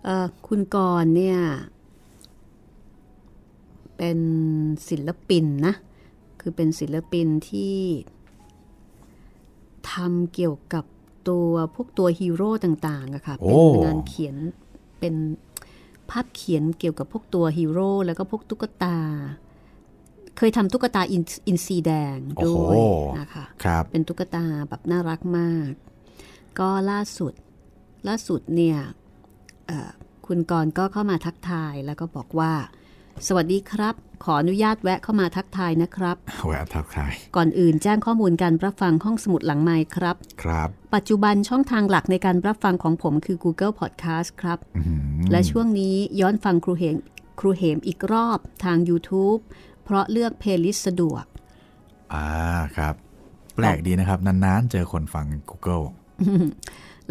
เอ่อ คุณกรณ์เนี่ย เป็นศิลปินนะ คือเป็นศิลปินที่ทำเกี่ยวกับตัวพวกตัวฮีโร่ต่างๆอะค่ะ เป็นงานเขียน เป็นภาพเขียนเกี่ยวกับพวกตัวฮีโร่แล้วก็พวกตุ๊กตา เคยทำตุ๊กตาอินอินซีแดงด้วยนะคะ ครับ เป็นตุ๊กตาแบบน่ารักมาก ก็ล่าสุด ล่าสุดเนี่ยเอ่อคุณกรณ์ก็เข้ามาทักทายแล้วก็บอกว่า สวัสดีครับ ขออนุญาตแวะเข้ามาทักทายนะครับ แวะทักทาย ก่อนอื่นแจ้งข้อมูลการรับฟังห้องสมุดหลังไมค์ครับ ครับ ปัจจุบันช่องทางหลักในการรับฟังของผมคือ Google Podcast ครับ อื้อหือ และช่วงนี้ย้อนฟังครูเหมครูเหมอีกรอบทาง YouTube เพราะเลือกเพลย์ลิสต์สะดวก อ่าครับ แปลกดีนะครับ นานๆ เจอคนฟัง Google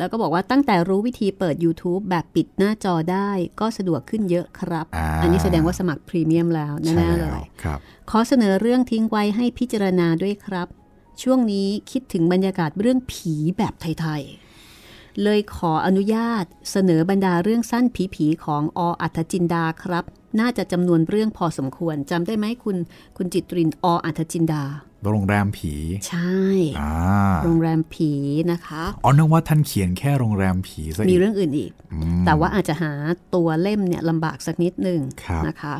แล้วก็บอกว่าตั้งแต่รู้วิธีเปิด YouTube แบบปิดหน้าจอได้ก็สะดวกขึ้นเยอะครับ อ่า นนี้แสดงว่าสมัครพรีเมียมแล้ว ใช่ แน่ๆเล แล้วยครับ ขอเสนอเรื่องทิ้งไว้ให้พิจารณาด้วยครับ ช่วงนี้คิดถึงบรรยากาศเรื่องผีแบบไทยๆ เลยขออนุญาตเสนอบรรดาเรื่องสั้นผีๆของออัธจินดาครับ น่าจะจำนวนเรื่องพอสมควรจำได้ไหมคุณ คุณจิตรินออัธจินดา โรงแรมผี ใช่ อ่า โรงแรมผีนะคะ อ๋อนึกว่าท่านเขียนแค่โรงแรมผีซะ มี อีก เรื่องอื่นอีก แต่ว่าอาจจะหาตัวเล่มเนี่ยลำบากสักนิดหนึ่ง ครับ นะคะ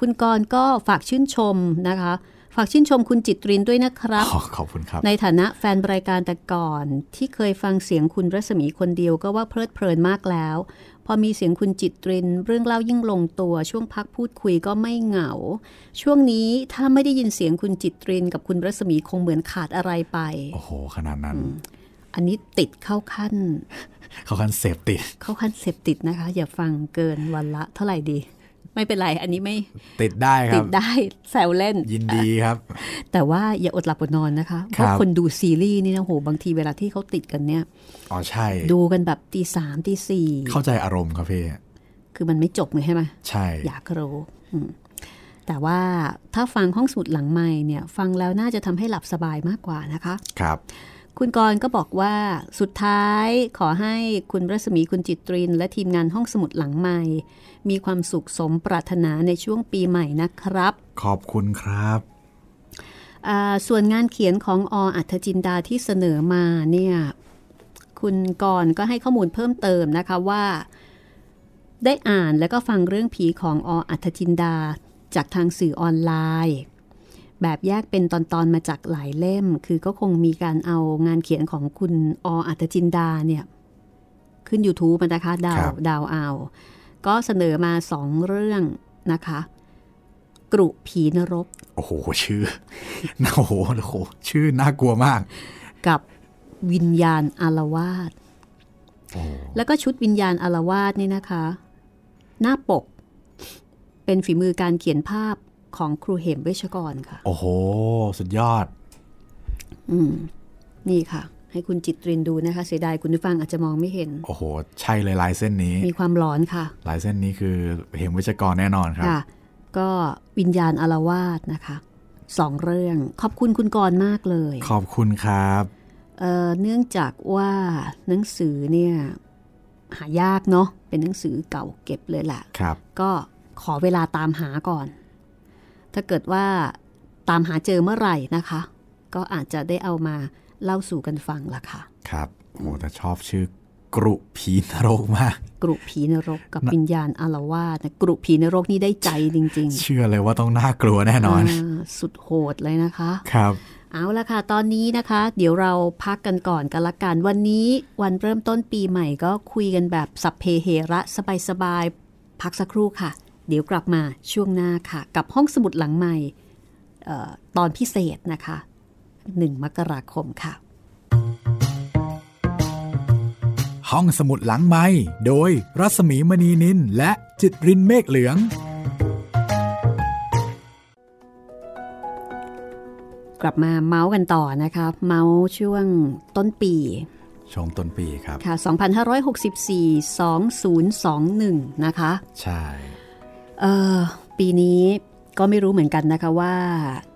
คุณกรณ์ก็ฝากชื่นชมนะคะ ฝากชื่นชมคุณจิตรินด้วยนะครับ อ๋อขอบคุณครับ ในฐานะแฟนรายการแต่ก่อนที่เคยฟังเสียงคุณรัศมีคนเดียวก็ว่าเพลิดเพลินมากแล้ว พอมีเสียงคุณจิตริน เรื่องเล่ายิ่งลงตัว ช่วงพักพูดคุยก็ไม่เหงา ช่วงนี้ถ้าไม่ได้ยินเสียงคุณจิตริน กับคุณรัศมีคงเหมือนขาดอะไรไป โอ้โห ขนาดนั้น อันนี้ติดเข้าขั้น เขาคันเสพติด เข้าขั้นเสพติดนะคะ อย่าฟังเกินวันละเท่าไหร่ดี ไม่เป็นไร อันนี้ไม่ ติดได้ค ติ รับ ดได้แซวเล่น ยินดีครับ แต่ว่าอย่าอดหลับอดนอนนะคะเพราะ ครับ คนดูซีรีส์นี่นะโหบางทีเวลาที่เขาติดกันเนี่ย อ๋อใช่ ดูกันแบบตีสามตีสี่ เข้าใจอารมณ์ครับพี่ คือมันไม่จบเลยใช่ไหม ใช่ อยากรู้อืมแต่ว่าถ้าฟังห้องสมุดหลังใหม่เนี่ย ฟังแล้วน่าจะทำให้หลับสบายมากกว่านะคะ ครับ คุณกรณ์ก็บอกว่าสุดท้ายขอให้คุณรัศมีคุณจิตริน และทีมงานห้องสมุดหลังใหม่ มีความสุขสมปรารถนาในช่วงปีใหม่นะครับ ขอบคุณครับ อ่าส่วนงานเขียนของออัธจินดาที่เสนอมาเนี่ยคุณกรณ์ก็ให้ข้อมูลเพิ่มเติมนะคะว่า ได้อ่านแล้วก็ฟังเรื่องผีของออัธจินดาจากทางสื่อออนไลน์ แบบแยกเป็นตอนๆมาจากหลายเล่ม คือก็คงมีการเอางานเขียนของคุณออัธจินดาเนี่ยขึ้น YouTube มานะคะดา คว รับ ดาวเอาก็เสนอมาสองเรื่องนะคะ กรุผีนรก โอ้โห ชื่อ โอ้โหโอ้โห ชื่อน่ากลัวมาก กับวิญญาณอารวาส โอ้โห แล้วก็ชุดวิญญาณอารวาสนี่นะคะ หน้าปก เป็นฝีมือการเขียนภาพของครูเหมเวชกรค่ะ โอ้โห สุดยอด อืม นี่ค่ะ ให้คุณจิตรินดูนะคะ เสียดายคุณผู้ฟังอาจจะมองไม่เห็น โอ้โห ใช่เลยลายเส้นนี้ มีความหลอนค่ะ ลายเส้นนี้คือเห็นวิชกรแน่นอนครับ ค่ะ ก็วิญญาณอารวาสนะคะสองเรื่อง ขอบคุณคุณกรณ์มากเลย ขอบคุณครับ เอ่อเนื่องจากว่าหนังสือเนี่ย หายากเนาะเป็นหนังสือเก่าเก็บเลยแหละ ครับ ก็ขอเวลาตามหาก่อน ถ้าเกิดว่าตามหาเจอเมื่อไหร่นะคะ ก็อาจจะได้เอามาเล่าสู่กันฟังละค่ะ ครับ โอ้โหแต่ชอบชื่อกรุผีนรกมาก กรุผีนรกกับวิญญาณอารวาสนะกรุผีนรกนี่ได้ใจจริง เชื่อเลยว่าต้องน่ากลัวแน่นอน าสุดโหดเลยนะคะ ครับ เอาละค่ะ ตอนนี้นะคะ เดี๋ยวเราพักกันก่อนกันละกัน วันนี้วันเริ่มต้นปีใหม่ก็คุยกันแบบสัพเพเหระสบายๆ พักสักครู่ค่ะ เดี๋ยวกลับมาช่วงหน้าค่ะ กับห้องสมุดหลังใหม่เอ่อตอนพิเศษนะคะ 1 มกราคมค่ะ ห้องสมุดหลังไม้โดยรัศมีมณีนินและจิตรินเมฆเหลือง กลับมาเมาส์กันต่อนะคะ เมาส์ช่วงต้นปี ชงต้นปีครับ ค่ะ 2564-2021 นะคะ ใช่ เออปีนี้ก็ไม่รู้เหมือนกันนะคะว่า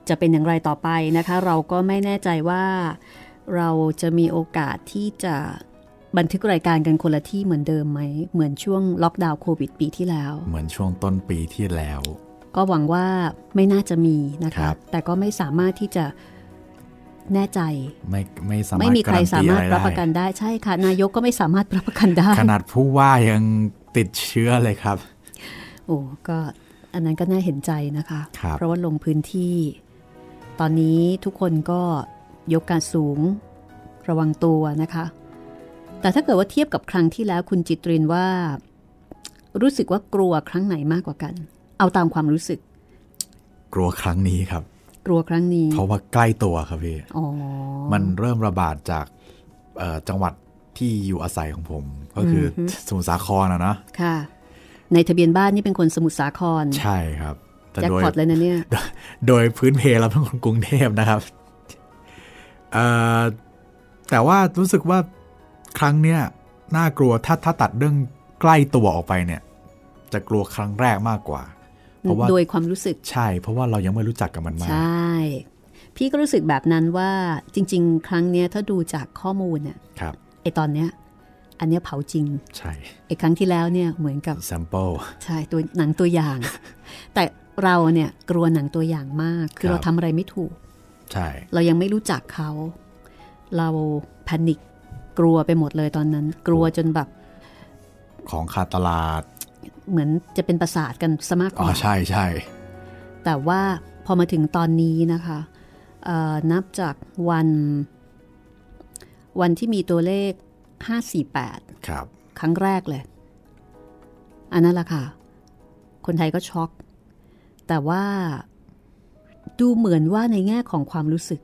จะเป็นอย่างไรต่อไปนะคะ เราก็ไม่แน่ใจว่าเราจะมีโอกาสที่จะบันทึกรายการกันคนละที่เหมือนเดิมไหม เหมือนช่วงล็อกดาวน์โควิดปีที่แล้ว เหมือนช่วงต้นปีที่แล้ว ก็หวังว่าไม่น่าจะมีคนะคะ รับ แต่ก็ไม่สามารถที่จะแน่ใจ ไม่ไม่สามารถ ไม่มีใครสามารถรับประกันได้ใช่ค่ะ นายกก็ไม่สามารถรับประกันได้ ขนาดผู้ว่ายังติดเชื้อเลยครับ โอ้ก็อันนั้นก็น่าเห็นใจนะคะ ครับ เพราะว่าลงพื้นที่ ตอนนี้ทุกคนก็ยกการสูงระวังตัวนะคะ แต่ถ้าเกิดว่าเทียบกับครั้งที่แล้วคุณจิตรินว่า รู้สึกว่ากลัวครั้งไหนมากกว่ากัน เอาตามความรู้สึก กลัวครั้งนี้ครับ กลัวครั้งนี้ เพราะว่าใกล้ตัวครับพี่ อ๋อ มันเริ่มระบาดจากเอ่อจังหวัดที่อยู่อาศัยของผม ก็คืออสมุทรสาครนะนะ ค่ะ ในทะเบียนบ้านนี่เป็นคนสมุทรสาคร ใช่ครับ แต่ แจ็ค โดย พอตเลยนะเนี่ย โดยพื้นเพเราเป็นคนกรุงเทพนะครับ เอ่อแต่ว่ารู้สึกว่าครั้งเนี้ยน่ากลัวถ้าถ้าตัดเรื่องใกล้ตัวออกไปเนี่ย จะกลัวครั้งแรกมากกว่า เพราะว่า โดยความรู้สึก ใช่เพราะว่าเรายังไม่รู้จักกับมันมาก ใช่ พี่ก็รู้สึกแบบนั้นว่าจริง ๆ ครั้งเนี้ยถ้าดูจากข้อมูลเนี่ย ครับ ไอตอนเนี้ย อันเนี้ยเผาจริง ใช่ ไอครั้งที่แล้วเนี่ยเหมือนกับ แซมเปิล ใช่ตัวหนังตัว อย่าง แต่เราเนี่ยกลัวหนังตัวอย่างมาก คือ ครับ เราทำอะไรไม่ถูก ใช่ เรายังไม่รู้จักเขา เราแพนิคกลัวไปหมดเลยตอนนั้น กลัวจนแบบ ของคาตลาด เหมือนจะเป็นประสาทกันซะมากก อ๋อ ว่า ใช่ใช่ แต่ว่าพอมาถึงตอนนี้นะคะเอ่อนับจากวัน วันที่มีตัวเลข 548 ครับ ครั้งแรกเลย อันนั้นแหละค่ะ คนไทยก็ช็อก แต่ว่าดูเหมือนว่าในแง่ของความรู้สึก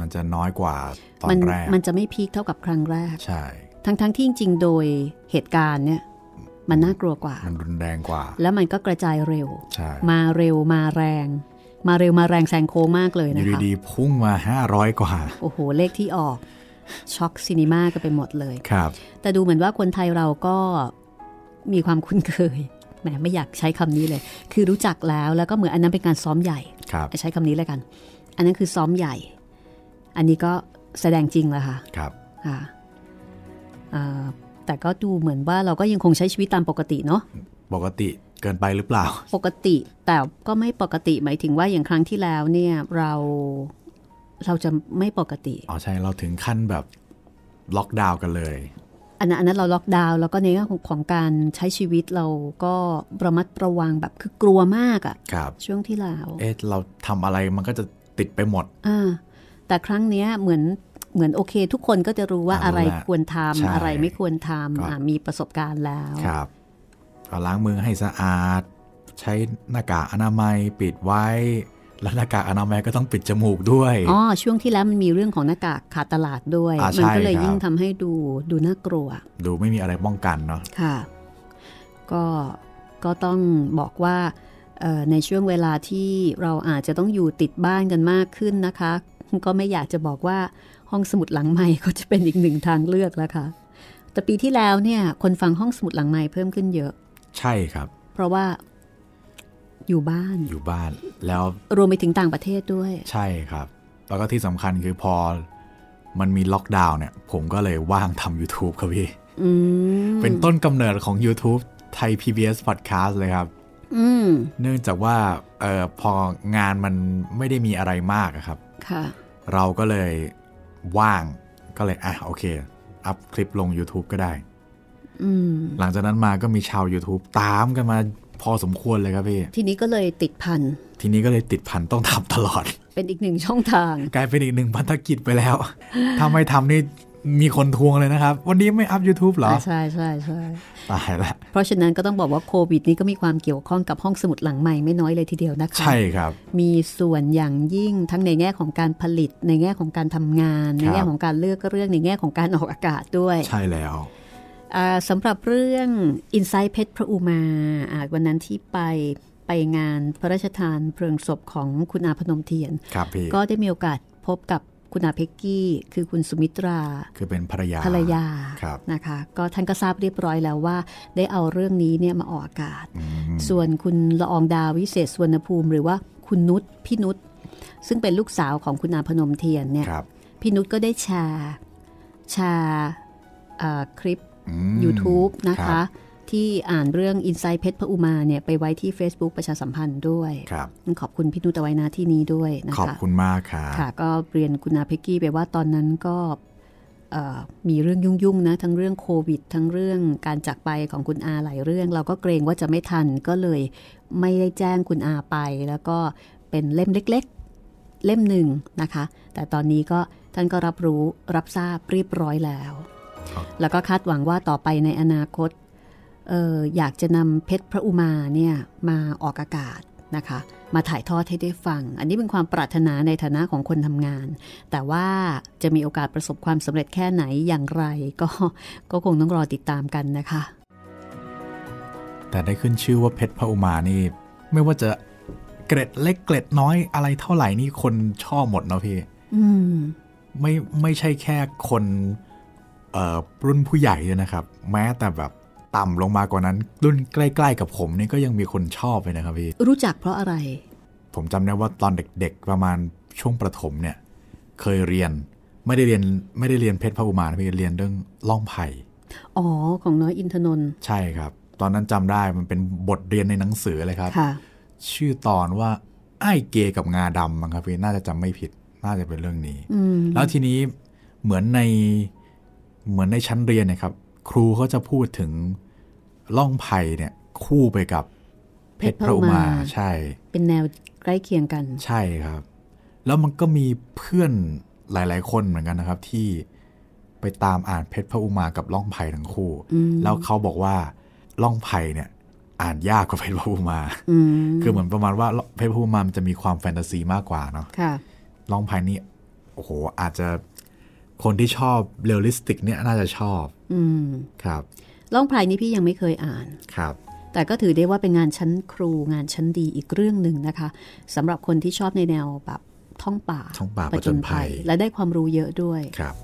มันจะน้อยกว่าตอ มัน แรก มันจะไม่พีคเท่ากับครั้งแรก ใช่ ทั้งๆที่จริงๆ โดยเหตุการณ์เนี่ย มันน่ากลัวกว่า มันรุนแรงกว่า แล้วมันก็กระจายเร็ว ใช่ มาเร็วมาแรง มาเร็วมาแรงแซงโค้งมากเลย อ นะ ยู่ คะ ดีๆพุ่งมา 500 กว่า โอ้โห เลขที่ออก ช็อกซินีมากันไปหมดเลย ครับ แต่ดูเหมือนว่าคนไทยเราก็มีความคุ้นเคย แหมไม่อยากใช้คำนี้เลย คือรู้จักแล้วแล้วก็เหมือนอันนั้นเป็นการซ้อมใหญ่ ครับ ใช้คำนี้เลยกัน อันนั้นคือซ้อมใหญ่ อันนี้ก็แสดงจริงแล้วค่ะ ครับ ค่ะอ่าแต่ก็ดูเหมือนว่าเราก็ยังคงใช้ชีวิตตามปกติเนาะ ปกติเกินไปหรือเปล่า ปกติแต่ก็ไม่ปกติหมายถึงว่าอย่างครั้งที่แล้วเนี่ยเราเราจะไม่ปกติ อ๋อใช่เราถึงขั้นแบบล็อกดาวน์กันเลย อันนั้นอันนั้นเราล็อกดาวน์แล้วก็ในเรื่องของของการใช้ชีวิตเราก็ระมัดระวังแบบคือกลัวมากอะ ครับ ช่วงที่แล้ว เอ๊ะเราทำอะไรมันก็จะติดไปหมด อ่าแต่ครั้งเนี้ยเหมือนเหมือนโอเค ทุกคนก็จะรู้ว่า อ่า อะไร รู้ละ ควรท ใช่ ำอะไรไม่ควรท ก็ ำอ่ามีประสบการณ์แล้ว ครับเอาล้างมือให้สะอาด ใช้หน้ากากอนามัยปิดไว้ แล้วหน้ากากอนามัยก็ต้องปิดจมูกด้วย อ๋อช่วงที่แล้วมันมีเรื่องของหน้ากากขาดตลาดด้วย อ่ามั มัก็เลย ใช่ครับ ยิ่งทำให้ดูดูน่ากลัว ดูไม่มีอะไรป้องกันเนาะ ค่ะ ก็ ก็ต้องบอกว่าเอ่อในช่วงเวลาที่เราอาจจะต้องอยู่ติดบ้านกันมากขึ้นนะคะ ก็ไม่อยากจะบอกว่าห้องสมุดหลังใหม่ก็จะเป็นอีกหนึ่งทางเลือกแล้วค่ะ แต่ปีที่แล้วเนี่ย คนฟังห้องสมุดหลังใหม่เพิ่มขึ้นเยอะ ใช่ครับ เพราะว่าอยู่บ้าน อยู่บ้านแล้ว รวมไปถึงต่างประเทศด้วย ใช่ครับ แล้วก็ที่สำคัญคือพอมันมีล็อกดาวน์เนี่ย ผมก็เลยว่างทำ YouTube ครับพี่ อืม เป็นต้นกำเนิดของ YouTube ไทย PBS Podcast เลยครับ อืม เนื่องจากว่าเออพองานมันไม่ได้มีอะไรมากอะครับ ค่ะ เราก็เลยว่างก็เลยอ่ะโอเค อัพคลิปลง YouTube ก็ได้ อืม หลังจากนั้นมาก็มีชาว YouTube ตามกันมาพอสมควรเลยครับพี่ ทีนี้ก็เลยติดพัน ทีนี้ก็เลยติดพันต้องทำตลอด เป็นอีกหนึ่งช่องทาง กลายเป็นอีกหนึ่งพันธกิจไปแล้ว ถ้าไม่ทำนี่มีคนทวงเลยนะครับ วันนี้ไม่อัพ YouTube เหรอ อ่าใช่ใช่ใช่ ตายละ เพราะฉะนั้นก็ต้องบอกว่าโควิดนี้ก็มีความเกี่ยวข้องกับห้องสมุดหลังใหม่ไม่น้อยเลยทีเดียวนะคะ ใช่ครับ มีส่วนอย่างยิ่งทั้งในแง่ของการผลิต ในแง่ของการทำงาน ในแง่ของการเลือกเรื่องในแง่ของการออกอากาศด้วย ใช่แล้ว อ่าสำหรับเรื่อง i n s i ซ e เพชรพระอุมาอ่าวันนั้นที่ไปไปงานพระราชทานเพลิงศพของคุณอาพนมเทียน ครับพี่ ก็ได้มีโอกาสพบกับคุณอาเพ็กกี้ คือคุณสุมิตรา คือเป็นภรรยา ภรรยา ครับ นะคะ ก็ท่านก็ทราบเรียบร้อยแล้วว่า ได้เอาเรื่องนี้เนี่ยมาออกอากาศ อืม ส่วนคุณละอองดาวิเศษสวรรณภูมิ หรือว่าคุณนุชพี่นุชซึ่งเป็นลูกสาวของคุณอาพนมเทียนเนี่ย ครับ พี่นุชก็ได้แชร์แชร์เอ่อคลิป อืม YouTube นะ ครั คะ บ ที่อ่านเรื่อง i n s i ซ e เพชรพระอุมาเนี่ยไปไว้ที่ Facebook ประชาสัมพันธ์ด้วย ครับ ขอบคุณพี่นุชเอาไว้นะที่นี้ด้วยนะ ขอบ คะ คุณมากค่ะ ค่ะก็เรียนคุณอาเพ็กกี้ไปว่าตอนนั้นก็เอ่อมีเรื่องยุ่งๆนะทั้งเรื่องโควิด ทั้งเรื่องการจากไปของคุณอาหลายเรื่อง เราก็เกรงว่าจะไม่ทันก็เลยไม่ได้แจ้งคุณอาไป แล้วก็เป็นเล่มเล็กๆ เล่มหนึ่งนะคะ แต่ตอนนี้ก็ท่านก็รับรู้รับทราบเรียบร้อยแล้ว ครับ แล้วก็คาดหวังว่าต่อไปในอนาคตเอออยากจะนำเพชรพระอุมาเนี่ยมาออกอากาศนะคะ มาถ่ายทอดให้ได้ฟัง อันนี้เป็นความปรารถนาในฐานะของคนทำงาน แต่ว่าจะมีโอกาสประสบความสำเร็จแค่ไหนอย่างไร ก็ ก็คงต้องรอติดตามกันนะคะ แต่ได้ขึ้นชื่อว่าเพชรพระอุมานี่ ไม่ว่าจะเกร็ดเล็กเกร็ดน้อยอะไรเท่าไหร่นี่คนชอบหมดเนาะพี่ อืม ไม่ไม่ใช่แค่คนเอ่อรุ่นผู้ใหญ่เลยนะครับ แม้แต่แบบต่ำลงมากว่านั้น รุ่นใกล้ ๆ กับผมเนี่ยก็ยังมีคนชอบเลยนะครับพี่ รู้จักเพราะอะไร ผมจำได้ว่าตอนเด็กๆ ประมาณช่วงประถมเนี่ย เคยเรียนไม่ได้เรียนไม่ได้เรียนเพชรพระอุมานะพี่เรียนเรื่องล่องไผ่ อ๋อ ของน้อยอินทนนท์ ใช่ครับ ตอนนั้นจำได้มันเป็นบทเรียนในหนังสือเลยครับ ค่ะ ชื่อตอนว่าไอ้เกย์กับงาดำมั้งครับพี่น่าจะจำไม่ผิด น่าจะเป็นเรื่องนี้ อืม แล้วทีนี้เหมือนในเหมือนในชั้นเรียนเนะครับ ครูเขาจะพูดถึงล่องไผ่เนี่ย คู่ไปกับเพชรพระอุมา เพชรพระอุมา ใช่ เป็นแนวใกล้เคียงกัน ใช่ครับ แล้วมันก็มีเพื่อนหลาย ๆ คนเหมือนกันนะครับ ที่ไปตามอ่านเพชรพระอุมากับล่องไผ่ทั้งคู่ อืม แล้วเขาบอกว่าล่องไผ่เนี่ย อ่านยากกว่าเพชรพระอุมา อืม คือเหมือนประมาณว่าเพชรพระอุมามันจะมีความแฟนตาซีมากกว่าเนาะ ค่ะ ล่องไผ่นี่โอ้โหอาจจะคนที่ชอบเรียลลิสติกเนี่ยน่าจะชอบ อืม ครับ ล่องไพรนี่พี่ยังไม่เคยอ่าน ครับ แต่ก็ถือได้ว่าเป็นงานชั้นครูงานชั้นดีอีกเรื่องหนึ่งนะคะสำหรับคนที่ชอบในแนวแบบท่องป่า ท่องป่า ผ ผจญภัย และได้ความรู้เยอะด้วย ครับ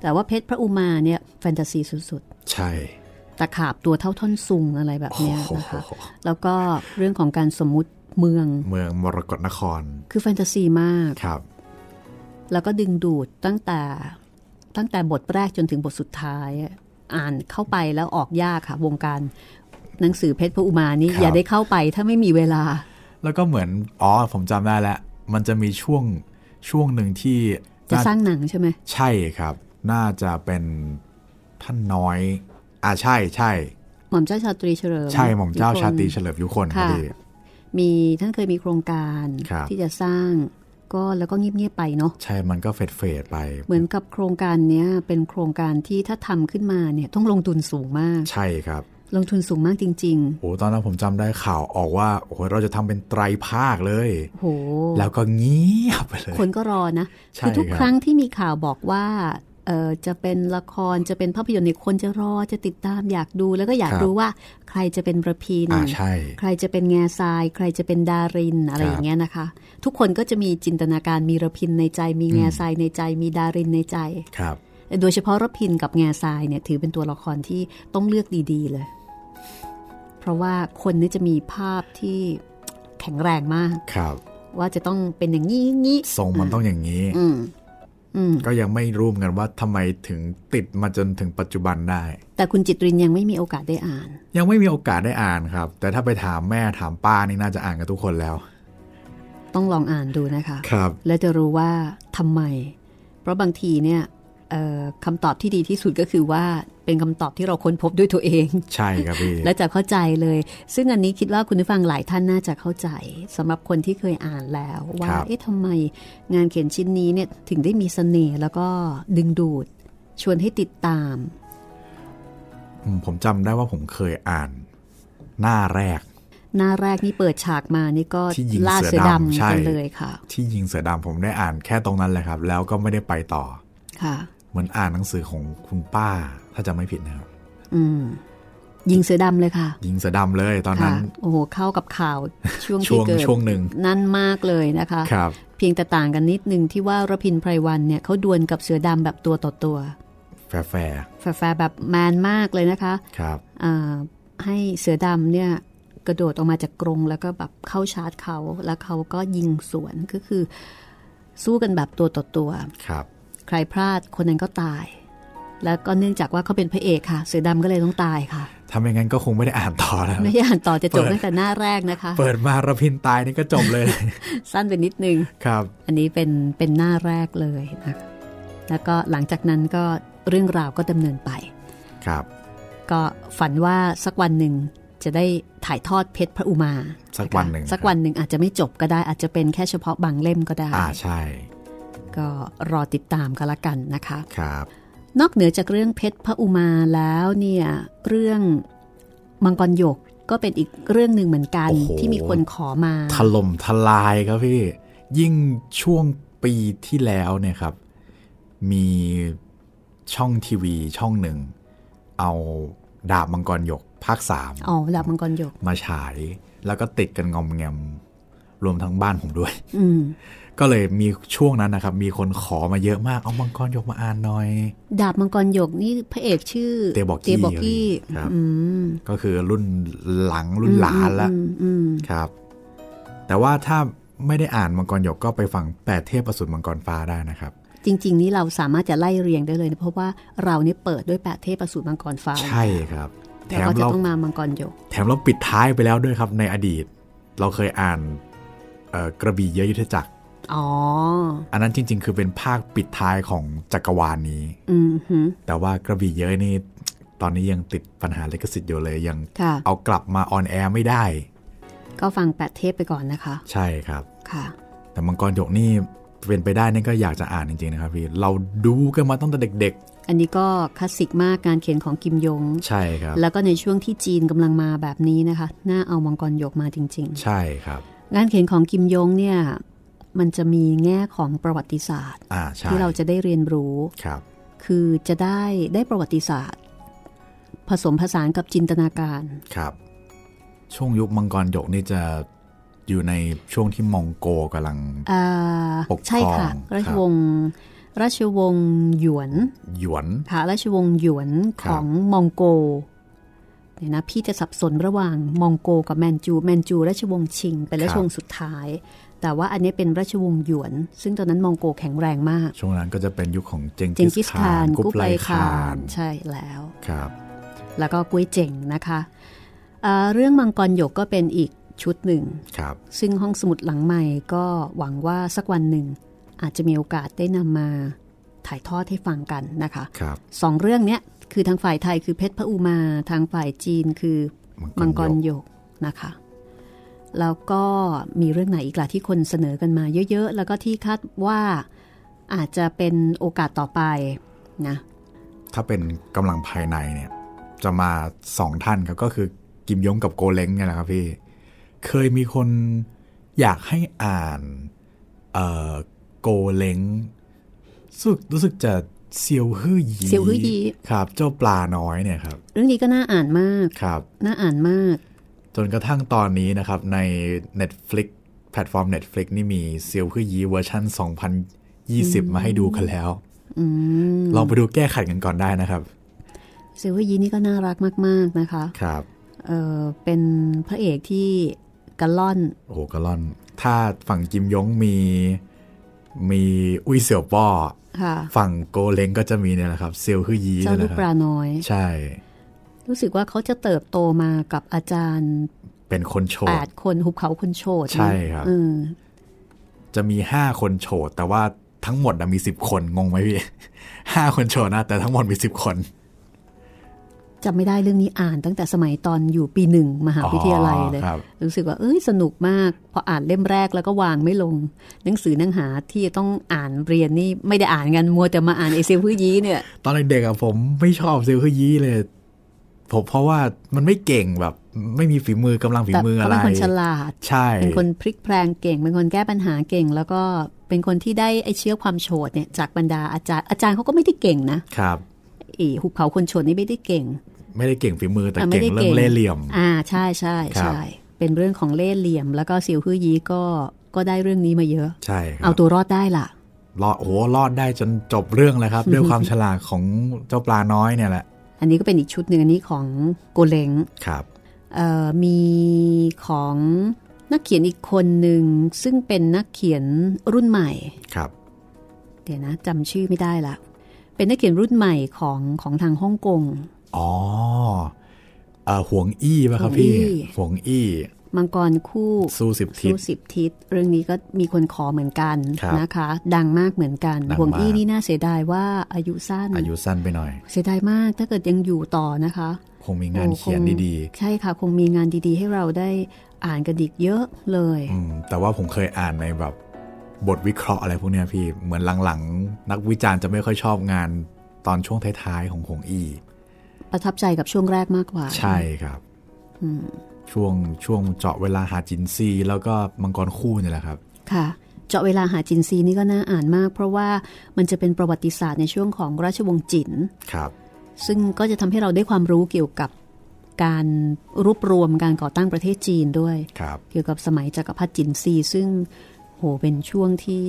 แต่ว่าเพชรพระอุมาเนี่ยแฟนตาซีสุด ใช่ ๆตะขาบตัวเท่าท่อนซุงอะไรแบบ โอ้ เนี้ย โห นะคะแล้วก็เรื่องของการสมมุติเมือง เมืองมรกรนคร คือแฟนตาซีมาก ครับ แล้วก็ดึงดูดตั้งแต่ตั้งแต่บทแรกจนถึงบทสุดท้าย อ่านเข้าไปแล้วออกยากค่ะ วงการหนังสือเพชรพระอุมานี่ ครับ อย่าได้เข้าไปถ้าไม่มีเวลา แล้วก็เหมือน อ๋อ ผมจำได้แล้ว มันจะมีช่วงช่วงหนึ่งที่ จะ น่า สร้างหนังใช่ไหม ใช่ครับ น่าจะเป็นท่านน้อย อ่าใช่ใช่ หม่อมเจ้าชาตรีเฉลิม ใช่หม่อมเจ้า ยุคล ชาตรีเฉลิมยุคนครับ ค่ะ พี่ มีท่านเคยมีโครงการ ครับ ที่จะสร้างก็แล้วก็เงียบๆไปเนาะ ใช่มันก็เฟดเฟดๆไป เหมือนกับโครงการเนี้ยเป็นโครงการที่ถ้าทำขึ้นมาเนี่ยต้องลงทุนสูงมาก ใช่ครับ ลงทุนสูงมากจริง โอ้ตอนนั้นผมจำได้ข่าวออกว่าโอ้ยเราจะทำเป็นไตรภาคเลย ๆโห แล้วก็เงียบไปเลย คนก็รอนะ ใช่ คือทุก ครับ ครั้งที่มีข่าวบอกว่าเออจะเป็นละครจะเป็นภาพยนตร์เนี่ยคนจะรอจะติดตามอยากดูแล้วก็อยากรู้ว่าใครจะเป็นประพิน อ่าใช่ ใครจะเป็นแง่ทราย ใครจะเป็นดารินอะไร ครับ อย่างเงี้ยนะคะ ทุกคนก็จะมีจินตนาการมีระพินในใจ มีแง่ อืม ทรายในใจ มีดารินในใจ ครับ โดยเฉพาะระพินกับแง่ทรายเนี่ยถือเป็นตัวละครที่ต้องเลือกดีๆเลย เพราะว่าคนเนี่ยจะมีภาพที่แข็งแรงมาก ครับ ว่าจะต้องเป็นอย่างนี้นี้ ทรงมันต้องอย่างนี้ อืมอืม ก็ยังไม่รู้เหมือนกันว่าทำไมถึงติดมาจนถึงปัจจุบันได้ แต่คุณจิตรินยังไม่มีโอกาสได้อ่าน ยังไม่มีโอกาสได้อ่านครับ แต่ถ้าไปถามแม่ถามป้านี่น่าจะอ่านกันทุกคนแล้ว ต้องลองอ่านดูนะคะ ครับ และจะรู้ว่าทำไม เพราะบางทีเนี่ยเอ่อคำตอบที่ดีที่สุดก็คือว่าเป็นคำตอบที่เราค้นพบด้วยตัวเอง ใช่ครับพี่ และจะเข้าใจเลย ซึ่งอันนี้คิดว่าคุณผู้ฟังหลายท่านน่าจะเข้าใจสำหรับคนที่เคยอ่านแล้ว ว่า ครับ เอ๊ะทำไมงานเขียนชิ้นนี้เนี่ยถึงได้มีเสน่ห์แล้วก็ดึงดูด ชวนให้ติดตาม อืมผมจำได้ว่าผมเคยอ่าน หน้าแรก หน้าแรกนี่เปิดฉากมานี่ก็ ที่ยิง ล่า เสือ เสือ ดำ ดำ ใช่ กันเลยค่ะ ที่ยิงเสือดำผมได้อ่านแค่ตรงนั้นเลยครับ แล้วก็ไม่ได้ไปต่อ ค่ะ เหมือนอ่านหนังสือของคุณป้า ถ้าจะไม่ผิดนะครับ อืม ยิงเสือดำเลยค่ะ ยิงเสือดำเลยตอนนั้ ค่ะ น โอ้โห เข้ากับข่าวช่วง ช่ ที่ วง เกิด ช่วงหนึ่ง นั่นมากเลยนะคะ ครับ เพียงแต่ต่างกันนิดนึงที่ว่าระพินไพรวันเนี่ยเขาดวลกับเสือดำแบบตัวต่อตัว แฟร์แฟร์ แฟร์ๆแบบแมนมากเลยนะคะ ครับ อ่าให้เสือดำเนี่ยกระโดดออกมาจากกรงแล้วก็แบบเข้าชาร์จเขา แล้วเขาก็ยิงสวนก็คือ สู้กันแบบตัวต่อตัว ครับ ใครพลาดคนนั้นก็ตาย แล้วก็เนื่องจากว่าเขาเป็นพระเอกค่ะ เสือดำก็เลยต้องตายค่ะ ทำอย่างนั้นก็คงไม่ได้อ่านต่อแล้ว ไม่ได้อ่านต่อจะจบ เปิด ตั้งแต่หน้าแรกนะคะ เปิดมาระพินตายนี่ก็จบเลย สั้นไปนิดนึง ครับ อันนี้เป็นเป็นหน้าแรกเลยนะแล้วก็หลังจากนั้นก็เรื่องราวก็ดำเนินไป ครับ ก็ฝันว่าสักวันหนึ่งจะได้ถ่ายทอดเพชรพระอุมา สักวันหนึ่ง สักวันหนึ่งอาจจะไม่จบก็ได้ อาจจะเป็นแค่เฉพาะบางเล่มก็ได้ อ่าใช่ ก็รอติดตามกันละกันนะคะ ครับ นอกเหนือจากเรื่องเพชรพระอุมาแล้วเนี่ยเรื่องมังกรหยกก็เป็นอีกเรื่องหนึ่งเหมือนกัน โอ้โห ที่มีคนขอมา ถล่มทลายครับพี่ ยิ่งช่วงปีที่แล้วเนี่ยครับ มีช่องทีวีช่องหนึ่ง เอาดาบมังกรหยกภาคสาม อ๋อดาบมังกรหยก มาฉาย แล้วก็ติดกันงอมแงม รวมทั้งบ้านผมด้วย อืม ก็เลยมีช่วงนั้นนะครับ มีคนขอมาเยอะมาก เอามังกรยกมาอ่านหน่อย ดาบมังกรหยกนี่พระเอกชื่อ เตบอกกี้ กี้ ครับ อืม ก็คือรุ่นหลังรุ่นหลานละ อืมอืม ครับ แต่ว่าถ้าไม่ได้อ่านมังกรหยกก็ไปฟังแปดเทพอสูรมังกรฟ้าได้นะครับ จริง ๆ นี่เราสามารถจะไล่เรียงได้เลยนะเพราะว่าเราเนี่ยเปิดด้วยแปดเทพอสูตรมังกรฟ้า ใช่ครับ แถ แล้มวก็จะ เรา ต้องมามังกรหยก แถมเราปิดท้ายไปแล้วด้วยครับในอดีต เราเคยอ่านเอ่อกระบี่เยอะยุทธจักร อ๋อ อันนั้นจริง ๆ คือเป็นภาคปิดท้ายของจักรวาลนี้ อืมหืม แต่ว่ากระบี่เยอะนี่ ตอนนี้ยังติดปัญหาลิขสิทธิ์อยู่เลยยัง ค่ะ เอากลับมาออนแอร์ไม่ได้ ก็ฟังแปดเทพไปก่อนนะคะ ใช่ครับ ค่ะ แต่มังกรหยกนี่เป็นไปได้นี่ก็อยากจะอ่านจริงๆนะครับพี่เราดูกันมาตั้งแต่เด็ก อันนี้ก็คลาสสิกมากการเขียนของกิมยง ๆ ใช่ครับ แล้วก็ในช่วงที่จีนกำลังมาแบบนี้นะคะ น่าเอามังกรหยกมาจริง ใช่ครับ ๆ งานเขียนของกิมยงเนี่ย มันจะมีแง่ของประวัติศาสตร์ อ่าใช่ ที่เราจะได้เรียนรู้ ครับ คือจะได้ได้ประวัติศาสตร์ ผสมผสานกับจินตนาการ ครับ ช่วงยุคมังกรหยกนี่จะอยู่ในช่วงที่มองโกกำลัง อ่า ปกครอง ใช่คค่ะรับ ราชวงศ์ราชวงศ์หยวน หยวน พระราชวงศ์หยวน ค ข รับ องมองโกเนี่ยวนะพี่จะสับสนระหว่างมองโกกับแมนจู แมนจู ราชวงศ์ชิง เป็นราชวงศ์สุดท้าย แต่ว่าอันนี้เป็นราชวงศ์หยวน ซึ่งตอนนั้นมองโกแข็งแรงมาก ช่วงนั้นก็จะเป็นยุคของเจง เจ กิ ง ส กิส ข่า คานน กุ กุ บ ป ไล ไล ข่า คาน น ใช่แล้ว ครับ แล้วก็กุ้ยเจ๋งนะคะเอ่อเรื่องมังกรหยกก็เป็นอีกชุดหนึ่ง ครับ ซึ่งห้องสมุดหลังใหม่ก็หวังว่าสักวันหนึ่ง อาจจะมีโอกาสได้นำมาถ่ายทอดให้ฟังกันนะคะ ครับ สองเรื่องเนี้ยคือทางฝ่ายไทยคือเพชรพระอุมาทางฝ่ายจีนคือมังกร หยก หยกนะคะ แล้วก็มีเรื่องไหนอีกล่ะที่คนเสนอกันมาเยอะๆ แล้วก็ที่คาดว่าอาจจะเป็นโอกาสต่อไปนะ ถ้าเป็นกำลังภายในเนี่ย จะมาสองท่านครับก็คือกิมยงกับโกเล้งเนี่ยแหละครับพี่ เคยมีคนอยากให้อ่านเอ่อโกเล้งรู้สึกรู้สึกจะเซียวฮื่อหยี เซียวฮือยี ครับ เจ้าปลาน้อยเนี่ยครับ เรื่องนี้ก็น่าอ่านมาก ครับ น่าอ่านมาก จนกระทั่งตอนนี้นะครับใน Netflix แพลตฟอร์ม Netflix นี่มีเซียวคือยีเวอร์ชัน2020 มาให้ดูกันแล้ว อืม ลองไปดูแก้ไขกันก่อนได้นะครับ เซเวอร์ยีนี่ก็น่ารักมากๆนะคะ ครับ เออเป็นพระเอกที่กะล่อน โอ้โหกะล่อน ถ้าฝั่งจิมยงมีมีอุ้ยเสี่ยวป้อ ค่ะ ฝั่งโกเล้งก็จะมีเนี่ยแหละครับ เซียวคือยี เจ้า เนี่ย ลู แห ก ละค ป รับ ลาน้อย ใช่ รู้สึกว่าเขาจะเติบโตมากับอาจารย์ เป็นคนโฉด 8 คนหุบเขาคนโฉด ใช่ครับ เออ จะมี 5 คนโฉด แต่ว่าทั้งหมดน่ะมี 10 คนงงไหมพี่ ห้าคนโฉดนะ แต่ทั้งหมดมี 10 คน จำไม่ได้เรื่องนี้อ่านตั้งแต่สมัยตอนอยู่ปีหนึ่งมหาวิทยาลัยเลย อ๋อครับ รู้สึกว่าเอ้ยสนุกมาก พออ่านเล่มแรกแล้วก็วางไม่ลง หนังสือหนังหาที่ต้องอ่านเรียนนี่ไม่ได้อ่านกันมัวแต่มาอ่านเอเซพื้ยีเนี่ย ตอนเด็กๆอะผมไม่ชอบเซลคือยี้เลยผมเพราะว่ามันไม่เก่งแบบ ไม่มีฝีมือกำลังฝี แต่ มืออะ เขา ไร เป็นคนฉลาด ใช่ เป็นคนพลิกแพลงเก่ง เป็นคนแก้ปัญหาเก่ง แล้วก็เป็นคนที่ได้ไอเชื้อความโฉดเนี่ยจากบรรดาอาจารย์ อาจารย์เขาก็ไม่ได้เก่งนะครับ ไอีหุบเขาคนโฉดนี่ไม่ได้เก่ง ไม่ได้เก่งฝีมือแต่ อ่ะไม่ เก่ง ได้ เรื่อ เก่ ง ง เล่ห์เหลี่ยม อ่าใช่ใช่ ครับ ใช่ เป็นเรื่องของเล่ห์เหลี่ยม แล้วก็ซิวฮือยีก็ก็ได้เรื่องนี้มาเยอะ ใช่ครั เอาตัวรอดได้ล่ะ รอดโอ้โหรอดได้จนจบเรื่อง เลยครับ ด้วยความฉลาดของเจ้าปลาน้อยเนี่ยแหละ อันนี้ก็เป็นอีกชุดหนึ่งอันนี้ของโกเล้ง ครับ เอ่อมีของนักเขียนอีกคนหนึ่งซึ่งเป็นนักเขียนรุ่นใหม่ ครับ เดี๋ยวนะจำชื่อไม่ได้ละ เป็นนักเขียนรุ่นใหม่ของของทางฮ่องกง อ๋อเอ่อห่วงอี้ป่ะครับพี่ ห่วงอี้ ห่วงอี้ มังกรคู่ สู้สิบทิศ สู้สิบทิศ เรื่องนี้ก็มีคนขอเหมือนกัน ครับ นะคะ ดังมากเหมือนกัน ดังมาก ห่วงอี้นี่น่าเสียดายว่าอายุสั้น อายุสั้นไปหน่อย เสียดายมากถ้าเกิดยังอยู่ต่อนะคะ คงมีงานเขียน โอ้คง ดี ใช่ค่ะคงมีงานดีๆ ให้เราได้อ่านกันอีกเยอะเลย ๆอืมแต่ว่าผมเคยอ่านในแบบบทวิเคราะห์อะไรพวกเนี้ยพี่เหมือนหลังๆ นักวิจารณ์จะไม่ค่อยชอบงานตอนช่วงท้ายๆของห่วงอี้ ประทับใจกับช่วงแรกมากกว่า ใช่ครับ อืม ช่วงช่วงเจาะเวลาหาจินซีแล้วก็มังกรคู่เนี่ยแหละครับ ค่ะ เจาะเวลาหาจินซีนี่ก็น่าอ่านมาก เพราะว่ามันจะเป็นประวัติศาสตร์ในช่วงของราชวงศ์จิน ครับ ซึ่งก็จะทำให้เราได้ความรู้เกี่ยวกับ การรวบรวมการก่อตั้งประเทศจีนด้วย ครับ เกี่ยวกับสมัยจักรพรรดิจินซีซึ่งโหเป็นช่วงที่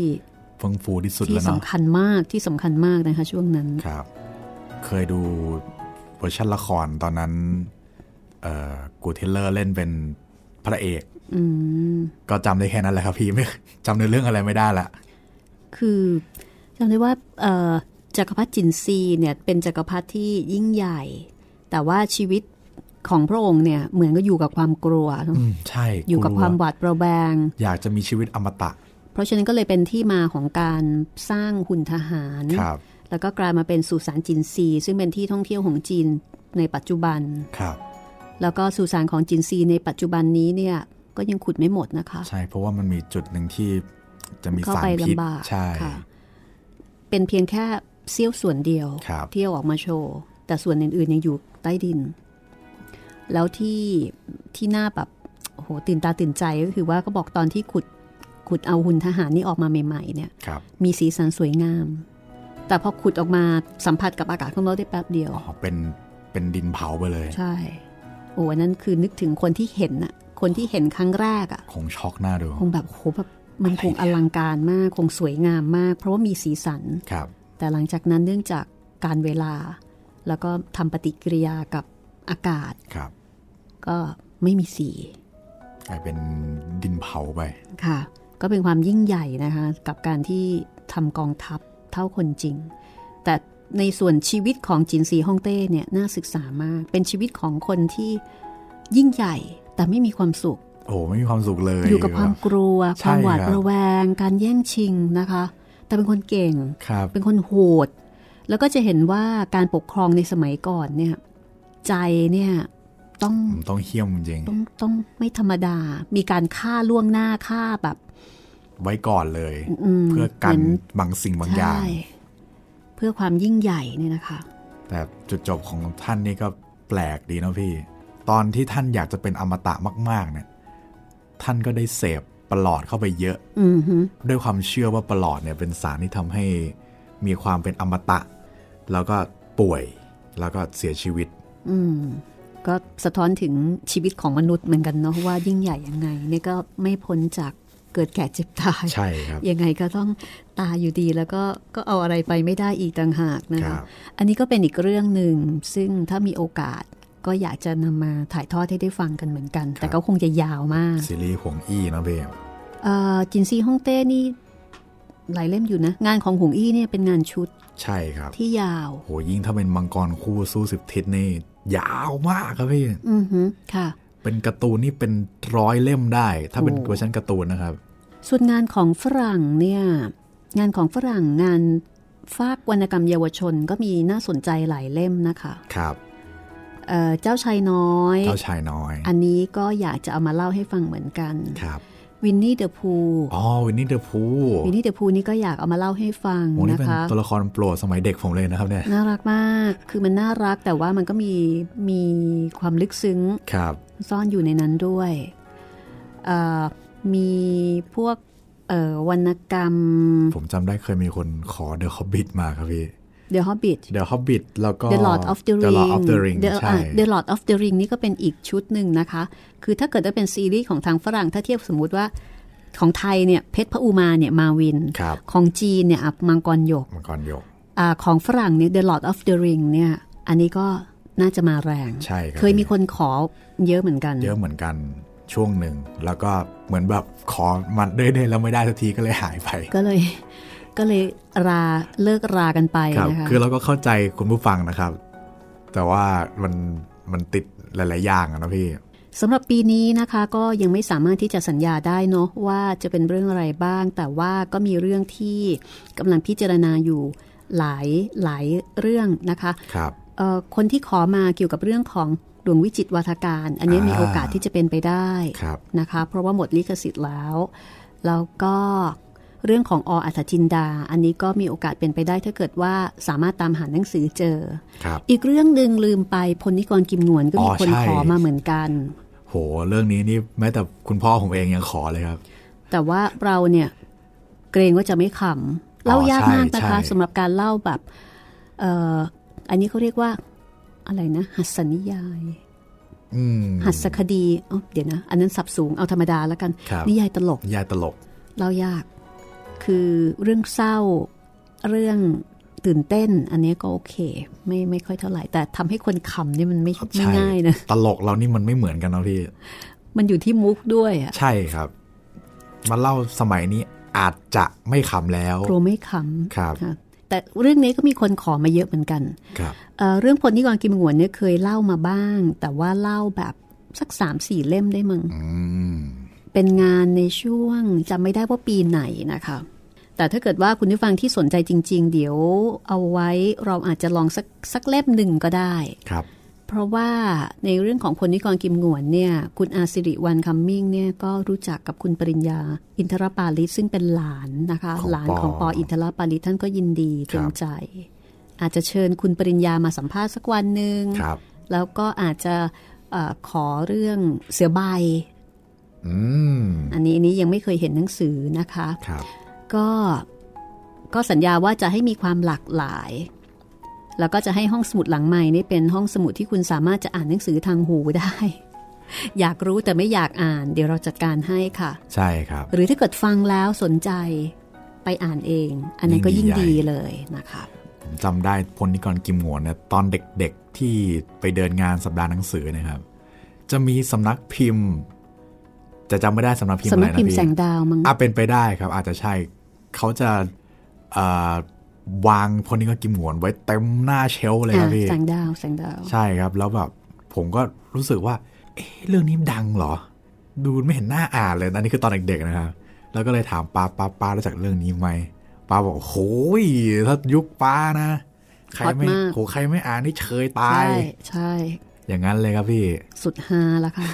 เฟื่องฟูที่สุด ที่ แล้วเนาะ สำคัญมากที่สำคัญมากนะคะช่วงนั้น ครับ เคยดูเวอร์ชันละครตอนนั้นเอ่อกูเทเลอร์เล่นเป็นพระเอก อืม ก็จำได้แค่นั้นแหละครับพี่ ไม่จำในเรื่องอะไรไม่ได้ละ คือจำได้ว่าเอ่อจักรพรรดิจินซีเนี่ยเป็นจักรพรรดิที่ยิ่งใหญ่ แต่ว่าชีวิตของพระองค์เนี่ยเหมือนก็อยู่กับความกลัวเนอะ อืมใช่ อยู่กับความ ลั หวาดระแวง อยากจะมีชีวิตอมตะ เพราะฉะนั้นก็เลยเป็นที่มาของการสร้างหุ่นทหาร ครับ แล้วก็กลายมาเป็นสุสานจินซี ซึ่งเป็นที่ท่องเที่ยวของจีนในปัจจุบัน ครับ แล้วก็สุสานของจินซีในปัจจุบันนี้เนี่ยก็ยังขุดไม่หมดนะคะ ใช่เพราะว่ามันมีจุดหนึ่งที่จะมี เข้า สาร ไป พิษ ลำบาก ใช่ ค่ะ เป็นเพียงแค่เสี้ยวส่วนเดียว ครับ ที่เอาออกมาโชว์ แต่ส่วนอื่นๆยังอยู่ใต้ดิน แล้วที่ที่น่าแบบโอ้โหตื่นตาตื่นใจก็คือว่าก็บอกตอนที่ขุดขุดเอาหุ่นทหารนี่ออกมาใหม่ๆเนี่ย ครับ มีสีสันสวยงาม แต่พอขุดออกมาสัมผัสกับอากาศของเราได้แป๊บเดียว อ๋อเป็นเป็นดินเผาไปเลย ใช่ โอ้อันนั้นคือนึกถึงคนที่เห็นน่ะ คนที่เห็นครั้งแรกอะ่ะ คงช็อกหน้าดู คงแบบโหแบบมันคงอลังการมาก คงสวยงามมาก เพราะว่ามีสีสัน ครับ แต่หลังจากนั้นเนื่องจากการเวลา แล้วก็ทำปฏิกิริยากับอากาศ ครับ ก็ไม่มีสี กลายเป็นดินเผาไป ค่ะ ก็เป็นความยิ่งใหญ่นะคะ กับการที่ทำกองทัพเท่าคนจริง แต่ในส่วนชีวิตของจินซีฮ่องเต้เนี่ยน่าศึกษามาก เป็นชีวิตของคนที่ยิ่งใหญ่แต่ไม่มีความสุข โอ้โหไม่มีความสุขเลย อยู่กับความกลัว ใช่ ความหวาด ครับ ระแวง การแย่งชิงนะคะ แต่เป็นคนเก่ง ครับ เป็นคนโหด แล้วก็จะเห็นว่าการปกครองในสมัยก่อนเนี่ยใจเนี่ยต้อง ผมต้องเฮี้ยมจริง ต้องต้องไม่ธรรมดา มีการฆ่าล่วงหน้าฆ่าแบบ ไว้ก่อนเลย อืม เพื่อกัน เหมือน บางสิ่งบางอย่าง ใช่เพื่อความยิ่งใหญ่เนี่ยนะคะ แต่จุดจบของท่านนี่ก็แปลกดีเนาะพี่ ตอนที่ท่านอยากจะเป็นอมตะมาก ๆ เนี่ย ท่านก็ได้เสพประหลอดเข้าไปเยอะ อือฮึ ด้วยความเชื่อว่าประหลอดเนี่ยเป็นสารที่ทำให้มีความเป็นอมตะ แล้วก็ป่วยแล้วก็เสียชีวิต อืม ก็สะท้อนถึงชีวิตของมนุษย์เหมือนกันเนาะว่ายิ่งใหญ่ยังไงเนี่ยก็ไม่พ้นจากเกิดแก่เจ็บตาย ใช่ครับ ยังไงก็ต้องตายอยู่ดีแล้วก็ก็เอาอะไรไปไม่ได้อีกต่างหากนะ ครั คะ บ อันนี้ก็เป็นอีกเรื่องหนึ่ง ซึ่งถ้ามีโอกาสก็อยากจะนำมาถ่ายทอดให้ได้ฟังกันเหมือนกัน แต่ก็คงจะยาวมาก ซีรีส์หวงอี้เนาะพี่ เอ่อจินซีฮ่องเต้นี่หลายเล่มอยู่นะ งานของหงอี้เนี่ยเป็นงานชุด ใช่ครับ ที่ยาว โหยิ่งถ้าเป็นมังกรคู่สู้สิบทิศนี่ยาวมากครับพี่ อือฮึค่ะ เป็นการ์ตูนนี่เป็นร้อยเล่มได้ ถ้าเป็น โอ้ เวอร์ชันการ์ตูนนะครับ ส่วนงานของฝรั่งเนี่ยงานของฝรั่งงานฟากวรรณกรรมเยาวชนก็มีน่าสนใจหลายเล่มนะคะ ครับ เอ่อเจ้าชายน้อย เจ้าชายน้อย อันนี้ก็อยากจะเอามาเล่าให้ฟังเหมือนกัน ครับ วินนี่เดอะพู อ๋อวินนี่เดอะพู วินนี่เดอะพูนี่ก็อยากเอามาเล่าให้ฟัง โหนี่ นะ เป็น คะ ตัวละครโปรดสมัยเด็กผมเลยนะครับเนี่ย น่ารักมากคือมันน่ารักแต่ว่ามันก็มีมีความลึกซึ้ง ครับ ซ่อนอยู่ในนั้นด้วยเอ่อมีพวกเอ่อวรรณกรรม ผมจำได้เคยมีคนขอเดอะฮอบบิทมาครับพี่ The Hobbit The Hobbit แล้วก็ The Lord of the Ring The Lord of the Ring The- ใช่ อ่ะ The Lord of the Ring นี่ก็เป็นอีกชุดหนึ่งนะคะ คือถ้าเกิดว่าเป็นซีรีส์ของทางฝรั่ง ถ้าเทียบสมมุติว่าของไทยเนี่ยเพชรพระอุมาเนี่ยมาวิน ครับ ของจีนเนี่ยอับมังกรหยก มังกรหยก อาของฝรั่งเนี่ย The Lord of the Ring เนี่ย อันนี้ก็น่าจะมาแรง ใช่ครับ เคยมีคนขอเยอะเหมือนกัน เยอะเหมือนกันช่วงหนึ่ง แล้วก็เหมือนแบบขอมันเรื่อยๆแล้วไม่ได้สักทีก็เลยหายไป ก็เลยก็เลยราเลิกรากันไป ครับ นะคะ คือเราก็เข้าใจคุณผู้ฟังนะครับ แต่ว่ามันมันติดหลาย ๆ อย่างอะเนาะพี่ สำหรับปีนี้นะคะก็ยังไม่สามารถที่จะสัญญาได้เนาะว่าจะเป็นเรื่องอะไรบ้าง แต่ว่าก็มีเรื่องที่กำลังพิจารณาอยู่หลายหลายเรื่องนะคะ ครับ เอ่อคนที่ขอมาเกี่ยวกับเรื่องของดวงวิจิตรวาทการ อันนี้ อ่ามี มีโอกาสที่จะเป็นไปได้ ครับ นะคะ เพราะว่าหมดลิขสิทธิ์แล้ว แล้วก็เรื่องของออัศจินดา อันนี้ก็มีโอกาสเป็นไปได้ถ้าเกิดว่าสามารถตามหาหนังสือเจอ ครับ อีกเรื่องหนึ่งลืมไปพลนิกรกิมนวลก็มี อ๋อ คน ใช่ ขอมาเหมือนกัน โห เรื่องนี้นี่แม้แต่คุณพ่อผมเองยังขอเลยครับ แต่ว่าเราเนี่ยเกรงว่าจะไม่ขำเล่ายากมากนะคะ ใช่ใช่ สำหรับการเล่าแบบเอ่ออันนี้เขาเรียกว่าอะไรนะหัสสนิยาย อืม หัสคดีอ๋อเดี๋ยวนะ อันนั้นสับสูงเอาธรรมดาแล้วกัน ครับ นิยายตลก ยายตลก เล่ายาก คือเรื่องเศร้าเรื่องตื่นเต้น อันนี้ก็โอเค ไม่ไม่ค่อยเท่าไหร่ แต่ทำให้คนขำเนี่ยมันไม่ไม่ ใช่ ง่ายนะ ตลกเรานี่มันไม่เหมือนกันนะพี่ มันอยู่ที่มุกด้วยอะ ใช่ครับ มันเล่าสมัยนี้อาจจะไม่ขำแล้ว กลัวไม่ข ครับ ำค่ะแต่เรื่องนี้ก็มีคนขอมาเยอะเหมือนกัน ครับ เอ่อเรื่องพลนิกรกิมหงวนเนี่ยเคยเล่ามาบ้าง แต่ว่าเล่าแบบสักสามสี่เล่มได้มั้ง อืม เป็นงานในช่วงจำไม่ได้ว่าปีไหนนะคะ แต่ถ้าเกิดว่าคุณผู้ฟังที่สนใจจริง ๆ เดี๋ยวเอาไว้เราอาจจะลองสักสักเล่มหนึ่งก็ได้ ครับ เพราะว่าในเรื่องของพลนิกรกิมหงวนเนี่ยคุณอาสิริวันคัมมิ่งเนี่ยก็รู้จักกับคุณปริญญา อินทรปาลิตซึ่งเป็นหลานนะคะ ของปอ หลานของปออินทรปาลิตท่านก็ยินดี ครั เต็ บ มใจ อาจจะเชิญคุณปริญญามาสัมภาษณ์สักวันหนึ่ง ครับ แล้วก็อาจจะเออขอเรื่องเสือใบ อืม อันนี้อันนี้ยังไม่เคยเห็นหนังสือนะคะ ครับ ก็ก็สัญญาว่าจะให้มีความหลากหลาย แล้วก็จะให้ห้องสมุดหลังใหม่นี่เป็นห้องสมุดที่คุณสามารถจะอ่านหนังสือทางหูได้ อยากรู้แต่ไม่อยากอ่าน เดี๋ยวเราจัดการให้ค่ะ ใช่ครับ หรือถ้าเกิดฟังแล้วสนใจไปอ่านเอง อันนั้นก็ยิ่ง ยิ่งดี ดี ใหญ่ เลยนะคะ ผมจำได้พลนิกรกิมหงวนเนี่ยตอนเด็กๆที่ไปเดินงานสัปดาห์หนังสือเนะครับ จะมีสำนักพิมพ์ จะจำไม่ได้สำนักพิมพ์ สำ อะ นั ไร ก นะ พิมพ์ พี่ แสงดาวมั้ง อ่ะเป็นไปได้ครับ อาจจะใช่เขาจะเอ่อวางพลนิกรกิมหงวนไว้เต็มหน้าเชลฟ์เลยค อ่ะ รับพี่ แสงดาวแสงดาว ใช่ครับแล้วแบบผมก็รู้สึกว่า เอ๊ะเรื่องนี้ดังเหรอ ดูไม่เห็นหน้าอ่านเลยอันนี้คือตอนเด็กๆนะครับแล้วก็เลยถามป้าป้าป้ารู้จักเรื่องนี้ไหมป้าบอกโอ้ยถ้ายุคป้านะ ใครไม่ ฮอตมาก โหใครไม่อ่านนี่เชยตา ใช่ ย ใช่ อย่างนั้นเลยครับพี่ สุดฮาละค่ะ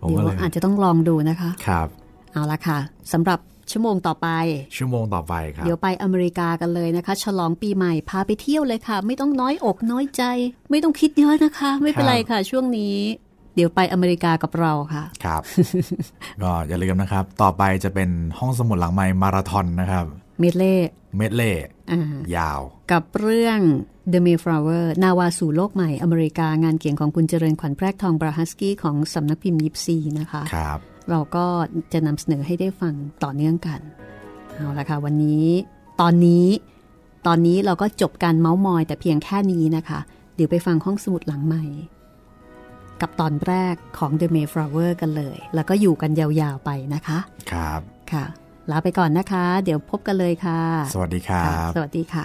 ผม เดี๋ย ก็ ว เลย อาจจะต้องลองดูนะคะ ครับ เอาละค่ะสำหรับชั่วโมงต่อไป ชั่วโมงต่อไปครับ เดี๋ยวไปอเมริกากันเลยนะคะ ฉลองปีใหม่พาไปเที่ยวเลยค่ะ ไม่ต้องน้อยอกน้อยใจ ไม่ต้องคิดเยอะนะคะ ไม่เป็นไรค่ะ ช่วงนี้ เดี๋ยวไปอเมริกากับเราค่ะ ครับ ก็อย่าลืมนะครับ ต่อไปจะเป็นห้องสมุดหลังไม้มาราธอนนะครับ เมดเล่ เมดเล่ อ่าย าว กับเรื่อง The Mayflower นาวาสู่โลกใหม่อเมริกางานเขียนของคุณเจริญขวัญแพรกทองบราฮัสกี้ของสำนักพิมพ์ยิปซีนะคะ ครับ เราก็จะนำเสนอให้ได้ฟังต่อเนื่องกัน เอาละค่ะ วันนี้ ตอนนี้ ตอนนี้เราก็จบการเมาส์มอยแต่เพียงแค่นี้นะคะ เดี๋ยวไปฟังห้องสมุดหลังใหม่ กับตอนแรกของ The Mayflower กันเลย แล้วก็อยู่กันยาวๆไปนะคะ ครับ ค่ะ ลาไปก่อนนะคะ เดี๋ยวพบกันเลยค่ะ สวัสดีครั ค่ะ บ สวัสดีค่ะ